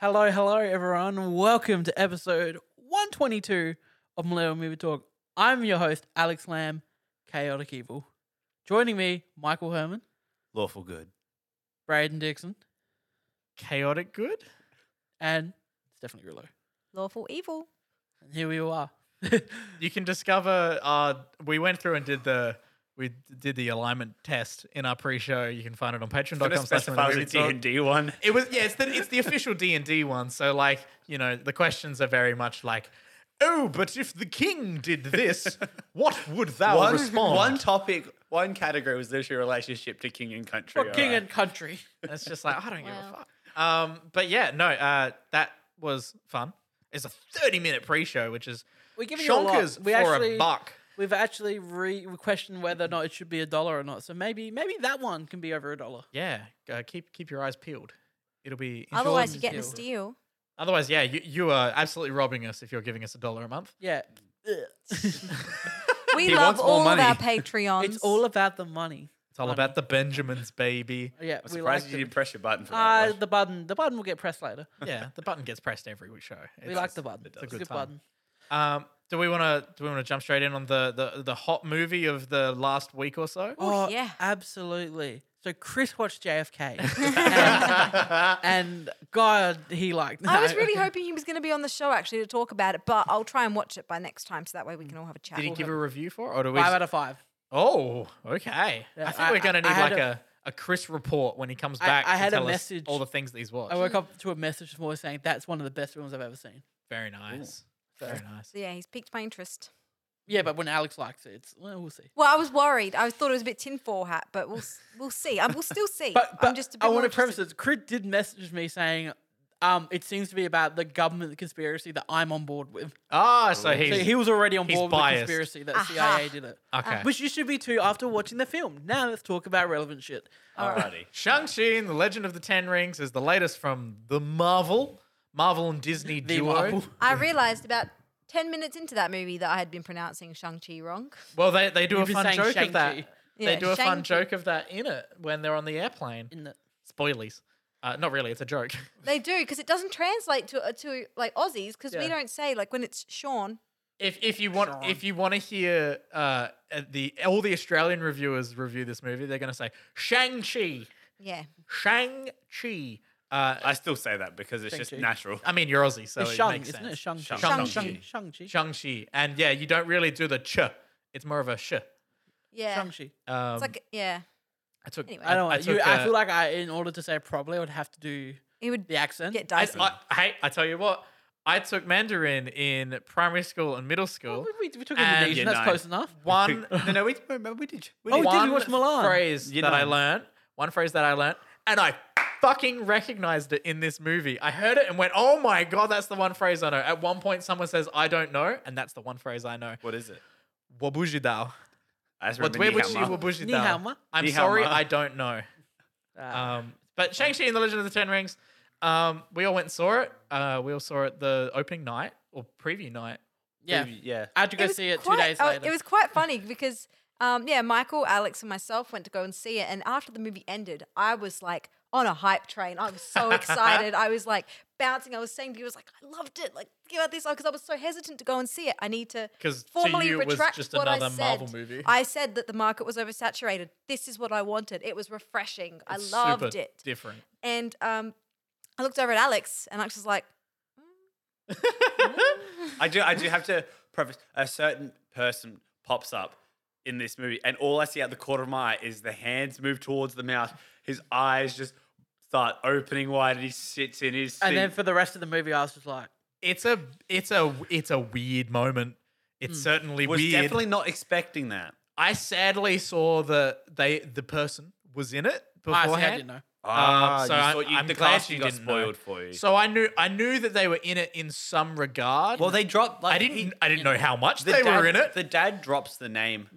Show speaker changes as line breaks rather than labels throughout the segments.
Hello, hello, everyone. Welcome to episode 122 of Millennial Movie Talk. I'm your host, Alex Lamb, Chaotic Evil. Joining me, Michael Herman,
Lawful good.
Braden Dixon,
chaotic good.
and Stephanie Grillo.
Lawful evil.
And here we all are.
You can discover. Uh, we went through and did the we did the alignment test in our pre-show. You can find it on Patreon.com. slash Millennium
D one.
It was yeah, it's the it's the official D and D one. So like you know the questions are very much like. Oh, but if the king did this, what would thou
One,
respond?
one topic, one category was literally relationship to king and country.
Well, King
alright.
and country.
And it's just like I don't give a
Wow.
fuck. Um, but yeah, no, uh, that was fun. It's a thirty-minute pre-show, which is
We're giving you a lot.
chonkers
We
for
actually-
a buck.
We've actually re we questioned whether or not it should be a dollar or not. So maybe maybe that one can be over a dollar.
Yeah, uh, keep keep your eyes peeled. It'll be enjoyable.
Otherwise, you're getting a
Jordan.
steal.
Otherwise, yeah, you, you are absolutely robbing us if you're giving us a dollar a month.
Yeah.
We
He
love
wants more
all of our
money.
Patreons.
it's all about the money.
It's all about the Benjamins, baby.
Yeah,
I'm
we
surprised
like
you
them.
didn't press your button for that.
Uh,
Wash.
the button. The button will get pressed later.
Yeah, the button gets pressed every week show.
we
It's-
like the button.
It's
It's
a good, time.
button.
Um, do we want to do we want to jump straight in on the, the the hot movie of the last week or so?
Oh, yeah.
absolutely. So Chris watched JFK, and, and God, he liked.
I was
no.
really hoping he was going to be on the show actually to talk about it, but I'll try and watch it by next time so that way we can all have a chat.
Mm. Did he give a review for it, or do we?
five out of five.
oh, okay.
Yeah,
I think
I-
we're gonna
I-
need
I had
like
a-
a, a Chris report when he comes
I-
back.
I
to
had a
tell us
message-
all the things that he's watched.
I woke up to a message from always saying that's one of the best films I've ever seen.
Very nice. Very nice.
So yeah, he's piqued my interest.
Yeah, but when Alex likes it, it's well, we'll see.
Well, I was worried. I was- thought it was a bit tinfoil hat, but we'll s- we'll see. I will still see.
But, but
I'm just a bit
I
more
want to preface
interested.
this. Chris did message me saying, um, it seems to be about the government conspiracy that I'm on board with.
Ah, so
So
he's
he was already on
he's
board
biased.
with the conspiracy that
Aha.
CIA did it.
okay.
Which you should be too after watching the film. Now let's talk about relevant shit.
Alrighty.
Shang-Chi and the Legend of the Ten Rings is the latest from the Marvel, Marvel and Disney
The
duo.
Marvel.
I realized about ten minutes into that movie that I had been pronouncing Shang Chi wrong.
Well, they, they do
You've
a
been
fun
saying
joke of that.
Shang-Chi.
Yeah,
they do a fun
Shang-Chi.
joke of that in it when they're on the airplane.
In the
Spoilies. Uh, not really, it's a joke.
They do because it doesn't translate to uh, to like Aussies because
Yeah.
we don't say like when it's Sean.
If, if you want if you want to hear uh, uh, the all the Australian reviewers review this movie, they're going to say Shang-Chi,
Yeah,
Shang-Chi. Uh,
I still say that because it's just
Shang-Chi.
natural.
I mean, you're Aussie, so
it's
it
Shang,
makes
isn't
sense.
it? Shang Shang
Shang-
Shang
Shang-Chi.
Shang Shang
Shang-Chi. And yeah, you don't really do the ch. It's more of a sh.
yeah.
Chi.
Um,
It's like yeah.
I took.
Anyway.
I don't. know.
I
you,
took,
I
uh,
feel like I, in order to say it properly, I would have to do
He would
the accent.
get
I,
dicey.
I, hey, I tell you what, I took Mandarin in primary school and middle
Well,
school.
we, we took
And
Indonesian.
you
That's
know.
close enough. Um,
One,
no, no, we remember we did. We
Oh,
did.
we did.
one
We watched Milan.
phrase
You
that I
know.
learned, one phrase that I learned, and I fucking recognized it in this movie. I heard it and went, "Oh my god, that's the one phrase I know." At one point, someone says, "I don't know," and that's the one phrase I know.
What is it?
Wabujidao.
I just remember Nihama.
Wabujidao.
Nihama.
I'm
Nihama.
sorry, I don't know.
Ah.
Um, but Shang Chi and the Legend of the Ten Rings, um, we all went and saw it. Uh, we all saw it the opening night or preview night.
yeah,
yeah.
I had to go
was
see it two
quite-
days
oh,
later.
It was quite funny because, um, yeah, Michael, Alex, and myself went to go and see it. And after the movie ended, I was like on a hype train. I was so excited. I was like bouncing. I was saying to you, I was like, I loved it. Like, give out this because I was so hesitant to go and see it. I need to
'Cause to
formally
you, it was
retract
just
what I
another
said.
Marvel movie.
I said that the market was oversaturated. This is what I wanted. It was refreshing.
It's
I loved
super
it.
Different.
and um, I looked over at Alex, and Alex was like,
I do. I do have to preface. A certain person pops up in this movie, and all I see out the corner of my eye is the hands move towards the mouth. His eyes just start opening wide, and he sits in his.
and then
seat.
for the rest of the movie, I was just like,
It's a it's a it's a weird moment.
Mm.
It's certainly
was
weird.
definitely not expecting that.
I sadly saw that they the person was in it
"Oh, I,
beforehand.
see, I didn't know.
Ah,
Um,
so
you
I-
saw- you-
I'm
the
glad
glass
you
got
didn't know.
spoiled for you.
So I knew I knew that they were in it in some regard.
well, they dropped. Like,
I didn't
he-
I didn't know how much
the
they
dad,
were in it. Oh,
The dad drops the name.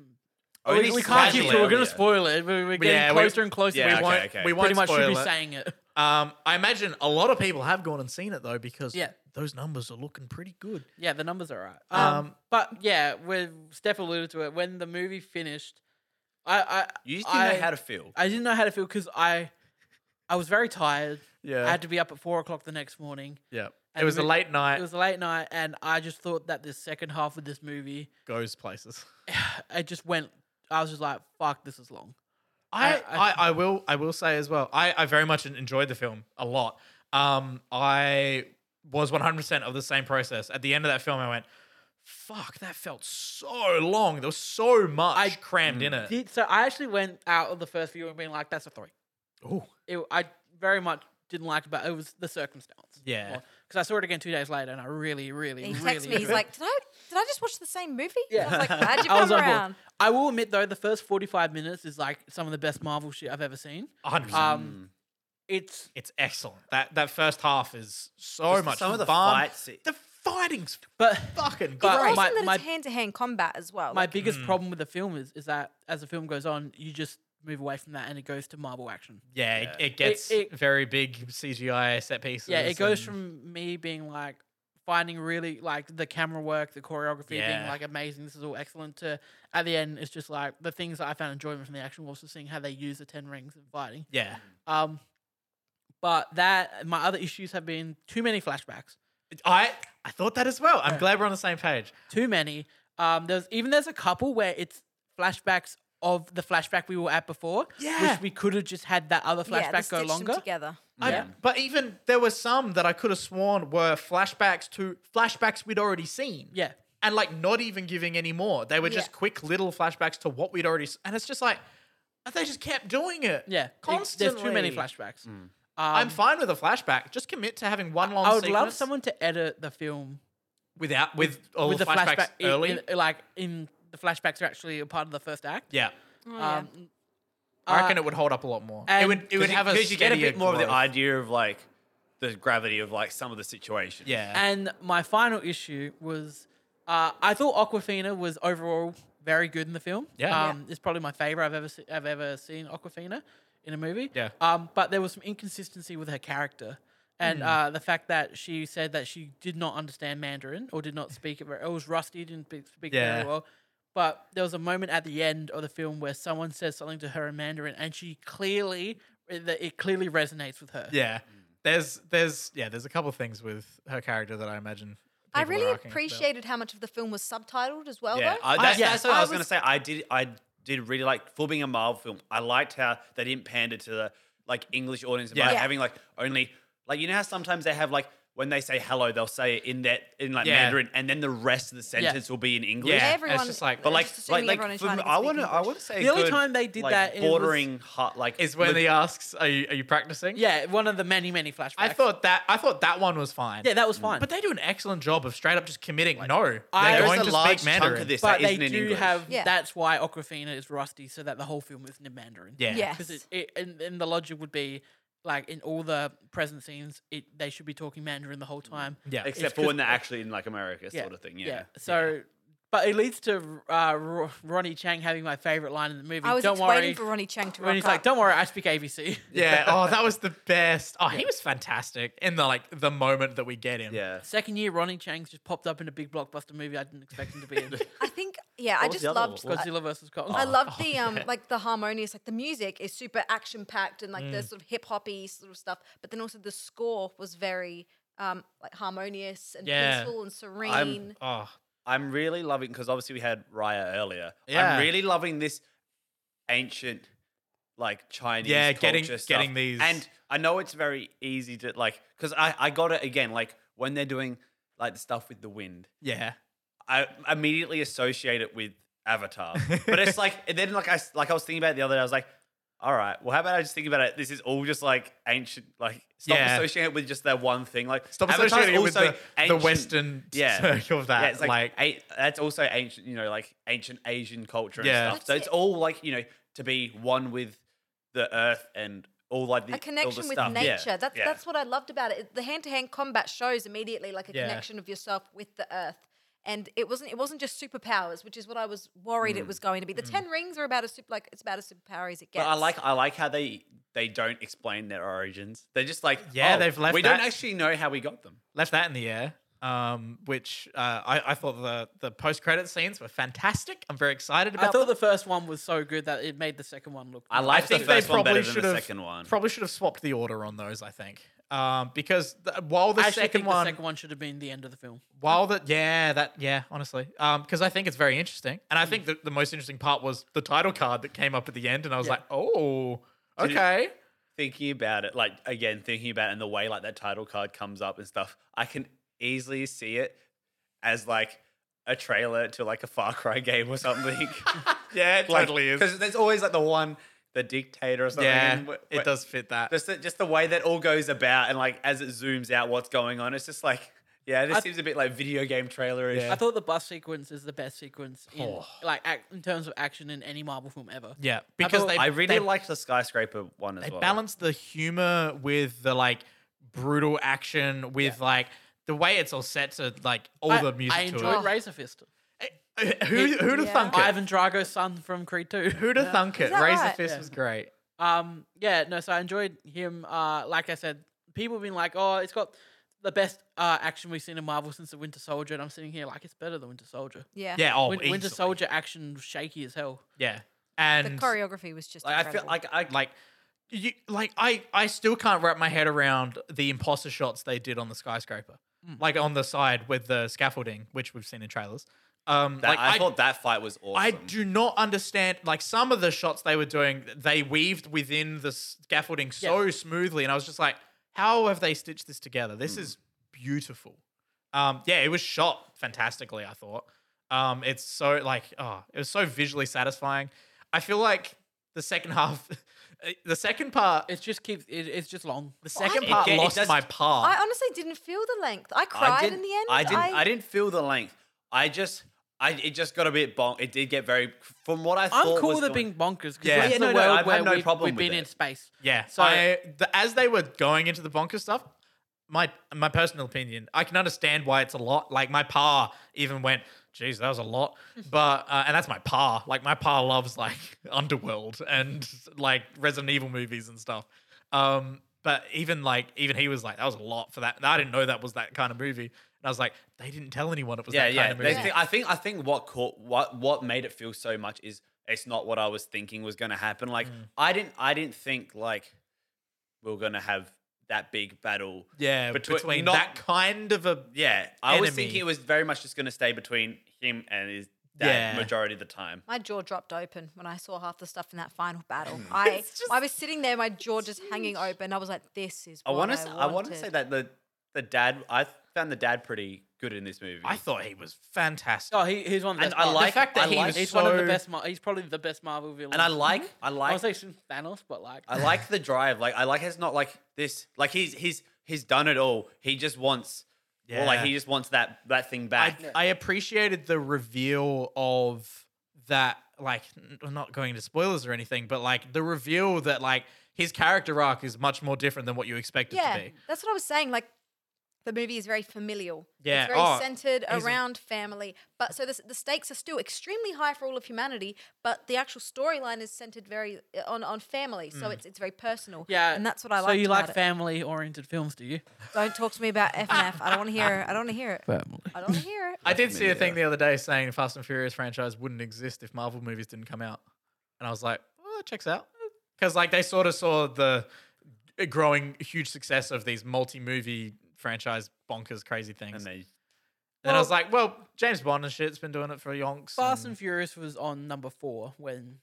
We,
Only
we can't keep.
slightly
We're going
earlier.
to spoil it. We- We're getting
Yeah, we-
closer and closer.
yeah,
we
okay,
won't.
okay.
We
Pretty
won't
Pretty much should
spoil
be
it.
saying it.
Um, I imagine a lot of people have gone and seen it though because
Yeah.
those numbers are looking pretty good.
Yeah, the numbers are right. Um, but yeah, when Steph alluded to it, when the movie finished, I I
You just didn't
I,
know how to feel.
I didn't know how to feel because I I was very tired.
Yeah.
I had to be up at four o'clock the next morning.
yeah. It
And
was a
we-
late night.
It was a late night, and I just thought that this second half of this movie,
goes places.
I just went. I was just like, "Fuck, this is long." I-
I, I, I will I will say as well. I, I very much en- enjoyed the film a lot. Um, I was 100% of the same process. At the end of that film, I went, "Fuck, that felt so long. There was so much
I-
crammed in it."
Did- so I actually went out of the first viewing being like, "That's a three.
Oh,
It, I very much didn't like about it was the circumstance.
Yeah.
because I saw it again two days later, and I really, really,
And he
really.
texts me. He's like, "Did I? Did I just watch the same movie?"
Yeah.
I was like, "Glad you
I was
come
on board.
around."
I will admit though, the first forty-five minutes is like some of the best Marvel shit I've ever seen.
100%.
Um, it's
it's excellent. That that first half is so
Just
much
some of the
fun.
fight se-
The fighting's
but
fucking
But
great.
Right.
Awesome
my-
that
my-
it's hand to hand combat as well.
my
Like,
biggest problem with the film is is that as the film goes on, you just move away from that and it goes to Marvel action.
yeah, it, it gets
it-
very big CGI set pieces.
Yeah, it goes
and-
from me being like finding really like the camera work, the choreography being
Yeah.
like amazing, this is all excellent to at the end it's just like the things that I found enjoyment from the action was also seeing how they use the ten rings and fighting.
yeah,
Um but that my other issues have been too many flashbacks.
I I thought that as well. I'm glad we're on the same page.
Too many. Um there's even there's a couple where it's flashbacks of the flashback we were at before.
Yeah.
Which we could have just had that other
yeah, they
flashback go
stitched them
longer.
together.
I-
Yeah.
but even there were some that I could have sworn were flashbacks to flashbacks we'd already seen.
Yeah.
And like not even giving any more. They were just
Yeah.
quick little flashbacks to what we'd already s- and it's just like they just kept doing it.
Yeah, it-
Constantly.
There's too many flashbacks.
Mm.
Um,
I'm fine with a flashback. Just commit to having one long
I would love
sequence
someone to edit the film
without with all
with
the
the
flashbacks
flashback in-
early.
in- like in the flashbacks are actually a part of the first act.
yeah.
Oh, yeah.
Um,
I reckon
uh,
it would hold up a lot more. It
and-
would it would have a
because you get a
steadier
bit more of the
growth.
idea of like the gravity of like some of the situation.
Yeah.
And my final issue was, uh, I thought Aquafina was overall very good in the film.
Yeah. Yeah.
um, it's probably my favorite I've ever se- I've ever seen Aquafina in a movie.
Yeah.
um, but there was some inconsistency with her character. And
Hmm.
uh, the fact that she said that she did not understand Mandarin or did not speak it very, it was rusty, didn't speak, speak
Yeah.
very well. But there was a moment at the end of the film where someone says something to her in Mandarin, and she clearly, that it clearly resonates with her.
yeah. There's there's yeah, there's a couple of things with her character that I imagine
I
people were
really
arguing about.
appreciated how much of the film was subtitled as well,
Yeah,
though.
I, that's,
yeah,
that's what I,
I
was, gonna
was-
say. I did, I did really like for being a Marvel film. I liked how they didn't pander to the like English audience by
Yeah.
Yeah.
having like only like you know how sometimes they have like when they say hello, they'll say it in that in like
Yeah.
Mandarin, and then the rest of the sentence will be in English.
Yeah,
Everyone,
it's just like-
But like,
just
like,
assuming
like,
everyone in
for me-
China can
I
speak
want to, I
English.
want to say
The
a
only
good,
time they did
like,
that, it was-
bordering hot, like
is when
look-
he asks, "Are you are you practicing?"
yeah, one of the many, many flashbacks.
I thought that I thought that one was fine.
yeah, that was fine.
but they do an excellent job of straight up just committing. no, they're
I-
there is
going
a
to
large
speak
chunk
Mandarin.
of this
but
that
they
isn't in
do
English.
have.
Yeah.
That's why Aquafina is rusty, so that the whole film is in Mandarin.
Yeah.
Yes.
because oh, it, it and, and the logic would be like in all the present scenes, it they should be talking Mandarin the whole time.
yeah,
except for when they're actually in like America, sort of thing. Yeah,
So, but it leads to uh, Ro- Ronnie Chang having my favorite line in the movie.
I was
don't
ex-
worry.
waiting for Ronnie Chang to
when he's
rock
like,
up.
"Don't worry, I speak ABC."
yeah. Oh, that was the best. Oh, he was fantastic in the like the moment that we get him.
yeah.
Second year, Ronnie Chang's just popped up in a big blockbuster movie I didn't expect him to be in.
I think, yeah, I
was
just
the other
loved.
one?
I,
Godzilla versus Kong.
Oh,
I loved the
yeah.
um, like the harmonious, like the music is super action packed and like the
Mm.
sort of hip hoppy sort of stuff. But then also the score was very um, like harmonious and
Yeah.
peaceful and serene.
Oh,
I'm really loving because obviously we had Raya earlier.
Yeah.
I'm really loving this ancient like Chinese
Yeah,
culture
getting-
stuff.
getting these-
and I know it's very easy to like because I I got it again like when they're doing like the stuff with the wind
yeah.
I immediately associate it with Avatar. But it's like and then like I s- like I was thinking about it the other day. I was like, all right, well, how about I just think about it? This is all just like ancient. Like stop
Yeah.
associating it with just that one thing. Like
Stop
Avatar's
associating it with
also
the, the
ancient-
Western
Yeah.
circle of that.
yeah, it's like,
like,
a, that's also ancient, you know, like ancient Asian culture and
Yeah.
stuff. So
That's
it's
it.
all like you know to be one with the earth and all like the
a connection
all the
with
stuff.
nature.
Yeah.
That's
yeah.
that's what I loved about it. It- The hand to hand combat shows immediately like a
Yeah.
connection of yourself with the earth. And it wasn't it wasn't just superpowers, which is what I was worried it was going to be. The ten rings are about as super, like it's about as superpower as it
Mm. But
gets.
I like I like how they they don't explain their origins. They're just like
Yeah,
oh,
they've left
We
that-
don't actually know how we got them.
left that in the air. um, which uh, I, I thought the the post credit scenes were fantastic. I'm very excited about.
I thought the
them.
first one was so good that it made the second one look.
I
nice.
like the
think they
first one better
probably
than
should
the
have
second one.
probably should have swapped the order on those. I think um, because the, while the
I actually
second
think
one
the second one should have been the end of the film.
While the yeah that yeah honestly um because I think it's very interesting and I think the, the most interesting part was the title card that came up at the end and I was
Yeah.
like oh
Did it-
okay
thinking about it, like again, thinking about it and the way like that title card comes up and stuff, I can easily see it as like a trailer to like a Far Cry game or something.
yeah it totally is
Because there's always like the one, the dictator or something.
yeah
and wh-
it
wh-
does fit that
Just the, just the way that all goes about and like as it zooms out what's going on, it's just like, yeah, this
I-
seems a bit like video game trailer ish.
Yeah.
I thought the bus sequence is the best sequence in
Oh.
like ac- in terms of action in any Marvel film ever.
yeah because
thought-
they
I really
they,
liked the skyscraper one as
they
well.
balance the humor with the like brutal action with like the way it's all set to like all
I,
the music
I eh,
to
enjoyed
Oh.
Razor Fist.
it. who who'd have
Yeah.
thunk it
Ivan Drago's son from Creed 2.
who'd have thunk it
that
Razor
right?
Fist
Yeah.
was great
Um, yeah, no, so I enjoyed him. Uh, like I said, people have been like, oh, it's got the best uh, action we've seen in Marvel since the Winter Soldier, and I'm sitting here like, it's better than Winter Soldier.
Yeah.
yeah oh
Win- Winter
easily.
Soldier action was shaky as hell.
yeah
The
and
choreography was just
Like, I feel
incredible.
like I
like you like I I still can't wrap my head around the imposter shots they did on the skyscraper.
Hmm.
Like on the side with the scaffolding, which we've seen in trailers. Um
that,
like
I,
I,
thought that fight was awesome.
I do not understand like some of the shots they were doing, they weaved within the scaffolding so smoothly and I was just like how have they stitched this together? This is beautiful. Um yeah, it was shot fantastically, I thought. Um it's so like oh, it was so visually satisfying. I feel like the second half eh, the second part
It just keeps, it, it's just long.
the second
it
part
get- it
lost
does-
my
I
part.
honestly didn't feel the length. I cried in
didn't-
the end.
I didn't. I, didn't feel the length. I just. I it just got a bit bon. It did get very. From what I
I'm
thought,
cool
was
with it
going-
being bonkers because
Yeah.
that's
Yeah,
the
no, no,
world
I've had
where
no
we've,
problem
we've
with
been in
it.
space.
Yeah. So
So-
the, as they were going into the bonker stuff, my my personal opinion, I can understand why it's a lot. Like my pa even went, "Geez, that was a lot," but uh, and that's my pa. Like my pa loves like underworld and like Resident Evil movies and stuff. Um, but even like even he was like, "That was a lot for that." I didn't know that was that kind of movie. And I was like, "They didn't tell anyone it was
Yeah,
that
yeah.
kind of movie."
They think- I think I think what caught, what what made it feel so much is it's not what I was thinking was going to happen. Like
Mm.
I didn't I didn't think like we are going to have that big battle.
yeah,
Between-
between,
not-
that kind of a
Yeah, I was thinking
Enemy.
it was very much just going to stay between him and his dad
Yeah.
majority of the time.
My jaw dropped open when I saw half the stuff in that final battle. I I was sitting there, my jaw just hanging open. I was like, "This is."
I
What
want
I
to I want to
wanted.
say that the the dad I found the dad pretty good in this movie.
I thought he was fantastic.
Oh, he, he's one of the
And
best.
I
Marvel-
like-
the fact that
I
he
like-
was
he's
so
one of the best. Mar- he's probably the best Marvel villain.
and I
hmm?
like I
I
like
would say since Thanos, but like
I like the drive. Like I like it's not like this. Like he's he's he's done it all. He just wants. Yeah. Or like
Yeah.
he just wants that that thing
I,
back.
I appreciated the reveal of that, like, n- I'm not going into spoilers or anything, but like the reveal that like his character arc is much more different than what you expect it
Yeah,
to be.
that's what I was saying. Like, the movie is very familial.
Yeah,
it's very
oh,
centered
he's a-
around family. But so the, the stakes are still extremely high for all of humanity. But the actual storyline is centered very uh, on on family. So it's it's very personal.
yeah,
and that's what I
so
like.
you
about
like
it.
family-oriented films, do you?
Don't talk to me about FNF. I don't want to hear it. I don't want to hear it.
Family.
I don't want to hear it.
I did see a thing the other day saying the Fast and Furious franchise wouldn't exist if Marvel movies didn't come out, and I was like, well, it checks out because like they sort of saw the growing huge success of these multi-movie franchise bonkers crazy things.
and
And,
they
I was like, well, James Bond and shit's been doing it for yonks.
Fast
and-
and Furious was on number four when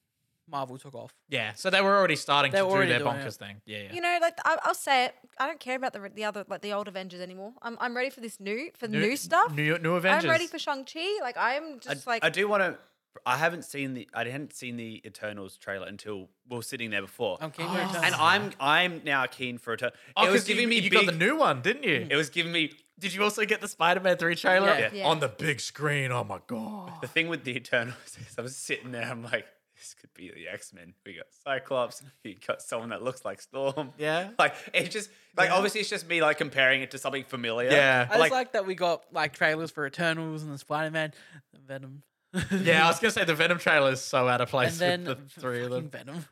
Marvel took off.
Yeah, so they were already starting
They
to
were
do
already
their
doing
bonkers
it.
thing. Yeah, yeah.
You know, like I, I'll say it. I don't care about the the other like the old Avengers anymore. I'm I'm ready for this new for new, stuff.
New, new Avengers.
I'm ready for Shang Chi. Like I'm
I,
just like
I do want to. I haven't seen the I hadn't seen the Eternals trailer until we were sitting there before,
I'm keen
Oh.
for Eternals.
and I'm I'm now keen for Eternals.
Oh,
it was
'cause you-
giving me
you Hmm.
big.
got the new one, didn't you?
it was giving me
Did you also get the Spider-Man three trailer
Yeah.
Yeah.
on the big screen? Oh my god!
the thing with the Eternals. Is I was sitting there. I'm like, this could be the X Men. We got Cyclops. You got someone that looks like Storm.
Yeah.
like it just like obviously it's just me like comparing it to something familiar.
Yeah.
I just
like,
like, that we got like trailers for Eternals and the Spider-Man, the Venom.
Yeah, I was gonna say the Venom trailer is so out of
and
place
then
with the three of them.
fucking Venom.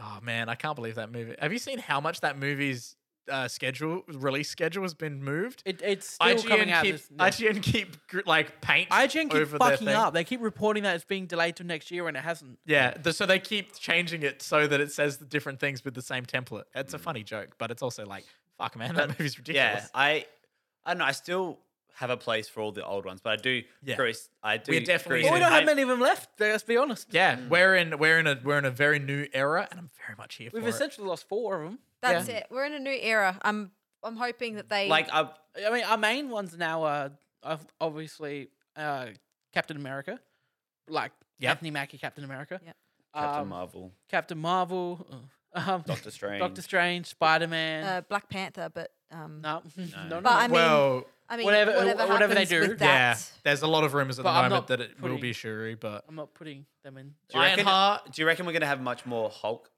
Oh man, I can't believe that movie. Have you seen how much that movie's uh, schedule release schedule has been moved.
It, it's still coming out.
keep
this, yeah.
IGN keep gr- like paint.
IGN keep
over their
fucking
thing.
up. They keep reporting that it's being delayed till next year, and it hasn't.
Yeah, the, so they keep changing it so that it says the different things with the same template. It's a funny joke, but it's also like, fuck, man, that movie's
Yeah,
ridiculous.
I, I don't know. I still have a place for all the old ones, but I do.
Yeah.
Grease, I do.
We're definitely
Grease
Well, we
in-
and
don't have
I-
many of them left. Let's be honest.
Yeah, we're in we're in a we're in a very new era, and I'm very much here
We've
for it.
essentially lost four of them.
That's it. We're in a new era. I'm I'm hoping that they
Like I,
I mean, our main ones now are ob- obviously uh, Captain America, like
Yep.
Anthony Mackie, Captain America,
Yep.
Captain
um,
Marvel,
Captain Marvel, uh, um,
Doctor Strange.
Doctor Strange, Spider Man.
uh, Black Panther, but um,
no, no, no,
But I mean,
Well,
I mean,
whatever-
whatever,
whatever they
happens
do.
with
yeah,
that,
there's a lot of rumors at
But
the
I'm not
moment that it will
putting-
be Shuri, but
I'm not putting them in.
do you, reckon,
Lionheart-
do you reckon we're gonna have much more Hulk?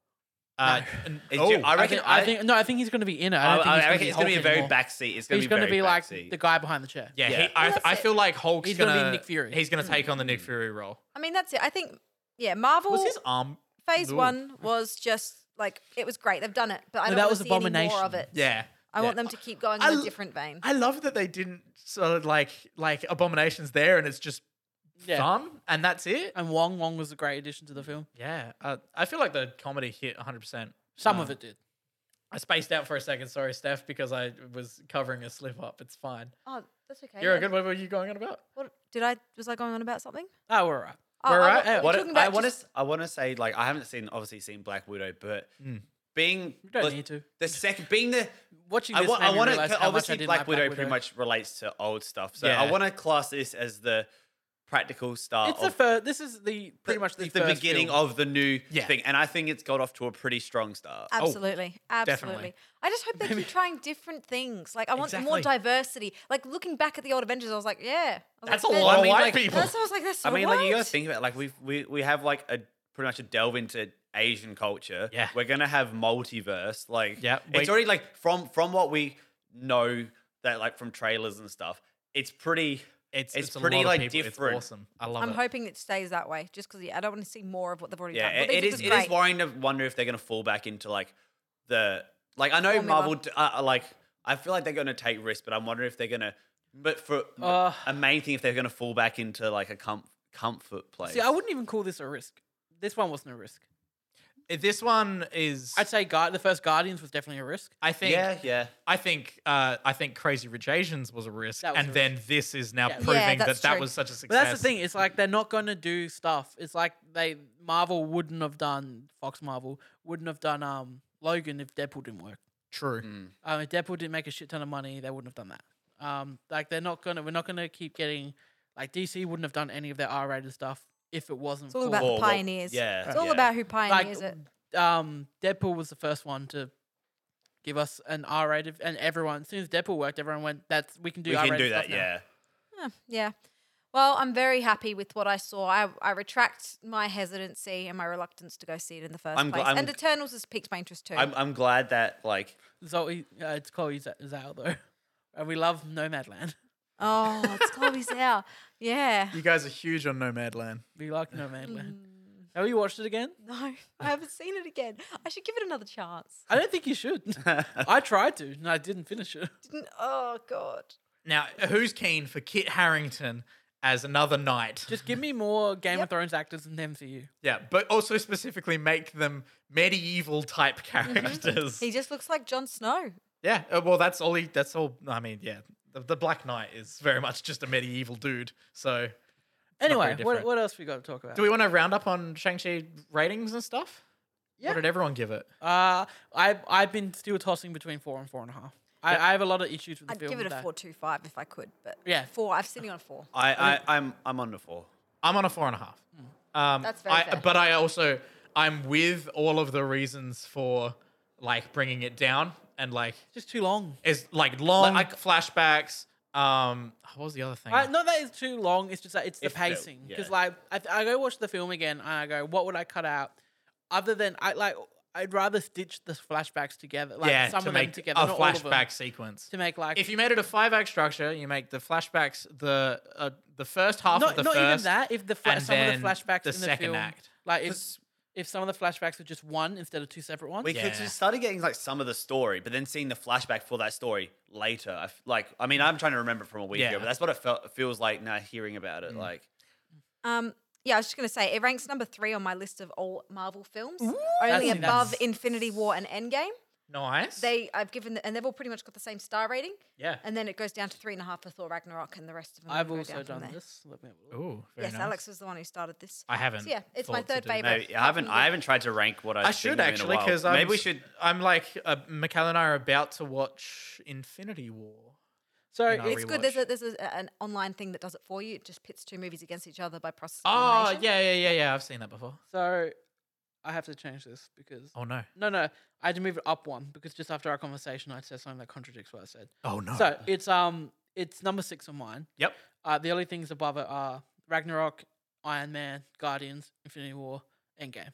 uh,
Is-
oh,
do- I
I
reckon.
think, I, think no, I think he's going to be in it. I don't
I- I
think
reckon
he's
it's
going to
gonna be a very backseat. It's gonna
He's
be
going to
very
be like
backseat.
the guy behind the chair.
yeah,
yeah.
He, I,
Well, that's
I
it.
feel like Hulk's
He's
gonna,
gonna be Nick Fury.
He's gonna take on the Nick Fury role.
I mean, that's it. I think, yeah, Marvel
Was his arm?
Phase
Ooh.
One was just like it was great. They've done it, but I
No,
don't
that
want
was
to see any more of
Abomination.
it.
Yeah,
I
yeah.
want them to keep going
I
in
l-
a different vein.
I love that they didn't sort of like like abominations there, and it's just
Yeah.
fun, and that's it.
And Wong Wong was a great addition to the film.
Yeah, uh, I feel like the comedy hit 100. percent
Some
Uh.
of it did.
I spaced out for a second. Sorry, Steph, because I was covering a slip up. It's fine.
oh, that's okay.
You're a
yeah.
good. What were you going on about?
What, did I was I going on about something?
Oh, we're all right.
Oh,
We're
I'm
right.
not- we're
What
talking
I
about
want
just-
to I want to say like I haven't seen obviously seen Black Widow, but being
Hmm. You don't
but
need to.
the second being the
Watching
I
this,
want
made
I
me
want
realize
to
how much I
obviously
didn't
Black,
like
Widow
Black
pretty much relates to old stuff, so
Yeah.
I want to class this as the practical start.
It's the
of
first. This is the pretty much the,
it's the
first
beginning
film.
of the new
Yeah.
thing, and I think it's got off to a pretty strong start.
Absolutely. Absolutely. I just hope they keep trying different things. Like I want more
Exactly.
diversity. Like looking back at the old Avengers, I was like, yeah. I was
That's a
like,
lot
I
of
mean,
white
like-
people.
That's what I was like, that's so
I mean, like you
wild.
gotta think about it, like we've we, we have like a pretty much a delve into Asian culture.
Yeah.
We're gonna have multiverse. Like
Yeah,
it's
we-
already like from from what we know that like from trailers and stuff, it's pretty
It's
It's
it's, a
pretty,
lot of
like,
people.
different.
It's awesome. I love
I'm
it.
hoping it stays that way just because yeah, I don't want to see more of what they've already
yeah,
done. What
it-
they
it
did
is
was
it is
great.
worrying to wonder if they're gonna fall back into like the like I know
Formula.
Marvel d- uh, uh, like I feel like they're gonna take risks, but I'm wondering if they're gonna but for
Uh.
a main thing if they're gonna fall back into like a com- comfort place.
See, I wouldn't even call this a risk. This one wasn't a risk.
Uh, This one is. I
I'd say Guard, the first Guardians was definitely a risk.
think.
yeah, yeah.
I think. Uh, I think Crazy Rich Asians was a risk,
That was
and
a
then this is now
Yeah. Yeah,
proving that
that's
that
true.
was such a
But
success.
that's the thing. It's like they're not going to do stuff. It's like they Marvel wouldn't have done Fox Marvel wouldn't have done um Logan if Deadpool didn't work.
True.
Um, if Deadpool didn't make a shit ton of money, they wouldn't have done that. Um, like they're not gonna. We're not gonna keep getting. Like DC wouldn't have done any of their R-rated stuff if it wasn't
It's all
for
about
Or
the
what-
pioneers.
yeah, Oh,
It's all
yeah.
about who
like
pioneers it.
um Deadpool was the first one to give us an R rated and everyone as soon as Deadpool worked, everyone went, That's we can do
we
R
can
rated.
do that, yeah.
Huh, yeah. Well, I'm very happy with what I saw. I, I retract my hesitancy and my reluctance to go see it in the 1st
I'm gl-
place.
I'm-
and Eternals has piqued my interest too.
I'm, I'm glad that like
Zoe uh, it's Chloe Z- Zhao though. And we love Nomadland.
oh, it's Chloe Zhao. Yeah.
You guys are huge on Nomadland.
We like
Mm.
Nomadland. Have you watched it again?
No, I haven't seen it again. I should give it another chance.
I don't think you should. I tried to and I didn't finish it.
Didn't, oh God.
Now, who's keen for Kit Harrington as another knight?
Just give me more Game of
Yep.
Thrones actors in the MCU.
yeah, but also specifically make them medieval type characters.
He just looks like Jon Snow.
Yeah, uh, well, that's all he. That's all. I mean, yeah, the, the Black Knight is very much just a medieval dude. So,
Anyway, what,
different.
what else we got to talk about?
do we want to round up on Shang Chi ratings and stuff?
Yeah.
What did everyone give it?
uh, I I've been still tossing between four and four and a half. I, I have a lot of issues with the
I'd
film.
give it a
that-
four two five if I could, but
Yeah.
four. I've seen it on four.
I, I I'm I'm on the four.
I'm on a four and a half.
Hmm.
Um,
That's very
I,
fair.
But I also I'm with all of the reasons for like bringing it down and like
Just too long.
is like long
Like, I-
flashbacks. Um, what was the other thing?
I, not that it's too long. It's just that it's the
If the-
pacing. Because
yeah.
like I, th- I go watch the film again and I go, what would I cut out? Other than I like, I'd rather stitch the flashbacks together. Like
yeah,
some
to
of them
make
together,
a
not all of them,
flashback sequence.
to make like
if you made it a five act structure, you make the flashbacks the uh, the first half
not
of the
not
first,
even that. If the fla-
and
some of
then
the flashbacks
the
in the
second
film,
act.
like it's if some of the flashbacks were just one instead of two separate ones.
We could
Yeah.
just started getting like some of the story, but then seeing the flashback for that story later. I f- like, I mean, I'm trying to remember from a week
Yeah.
ago, but that's what it felt it feels like now hearing about
Mm.
it. Like,
Um, yeah, I was just gonna say it ranks number three on my list of all Marvel films,
That's-
only
that's-
above Infinity War and Endgame.
Nice.
They I've given the, and they've all pretty much got the same star rating,
yeah.
and then it goes down to three and a half for Thor Ragnarok, and the rest of them.
I've
go
also
down from
done
there.
this. Let me have a look.
Ooh. Very
uh, Yes,
nice.
Alex was the one who started this.
I haven't.
yeah, it's my
thought to
third
do
favourite.
that.
Maybe-
maybe, I haven't, I haven't tried to rank what I,
I should actually because
maybe we should.
I'm like uh, Mikhail and I are about to watch Infinity War.
So
You know,
it's-
It's good. There's
rewatch.
a, there's a, an online thing that does it for you. It just pits two movies against each other
Ah,
by process. of
Oh
elimination.
yeah, yeah, yeah, yeah. I've seen that before.
so I have to change this because
Oh no.
no, no, I had to move it up one because just after our conversation, I said something that contradicts what I said.
Oh no.
So it's um it's number six on mine.
Yep.
Uh, the only things above it are Ragnarok, Iron Man, Guardians, Infinity War, Endgame,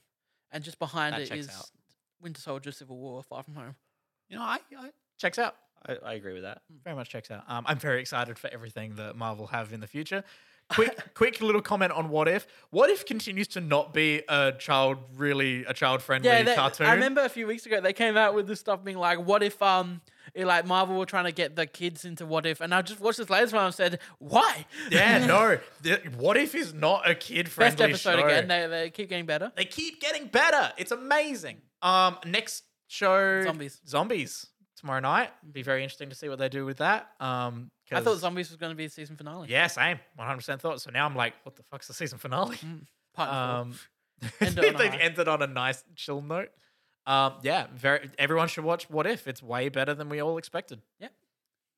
and just behind
That
it
checks
is
out.
Winter Soldier, Civil War, Far From Home.
You know, I, I,
checks out.
I, I agree with that.
Mm.
Very much checks out. Um, I'm very excited for everything that Marvel have in the future. Quick, quick little comment on What If. What If continues to not be a child, really a child friendly
Yeah, they-
cartoon.
I remember a few weeks ago they came out with this stuff being like, "What if um, it, like Marvel were trying to get the kids into What If?" And I just watched this latest one and said, "Why?"
Yeah, no. The- what If is not a kid friendly
Best episode
show.
again. They they keep getting better.
They keep getting better. It's amazing. Um, next show
Zombies.
Zombies tomorrow night. Be very interesting to see what they do with that. Um,
I
'cause-
thought Zombies was going to be the season finale.
Yeah, same. One hundred percent thought. So now I'm like, what the fuck's the season finale?
Part four.
Um,
End on a
they've
high.
ended on a nice chill note. Um, yeah, very. Everyone should watch What If. It's way better than we all expected.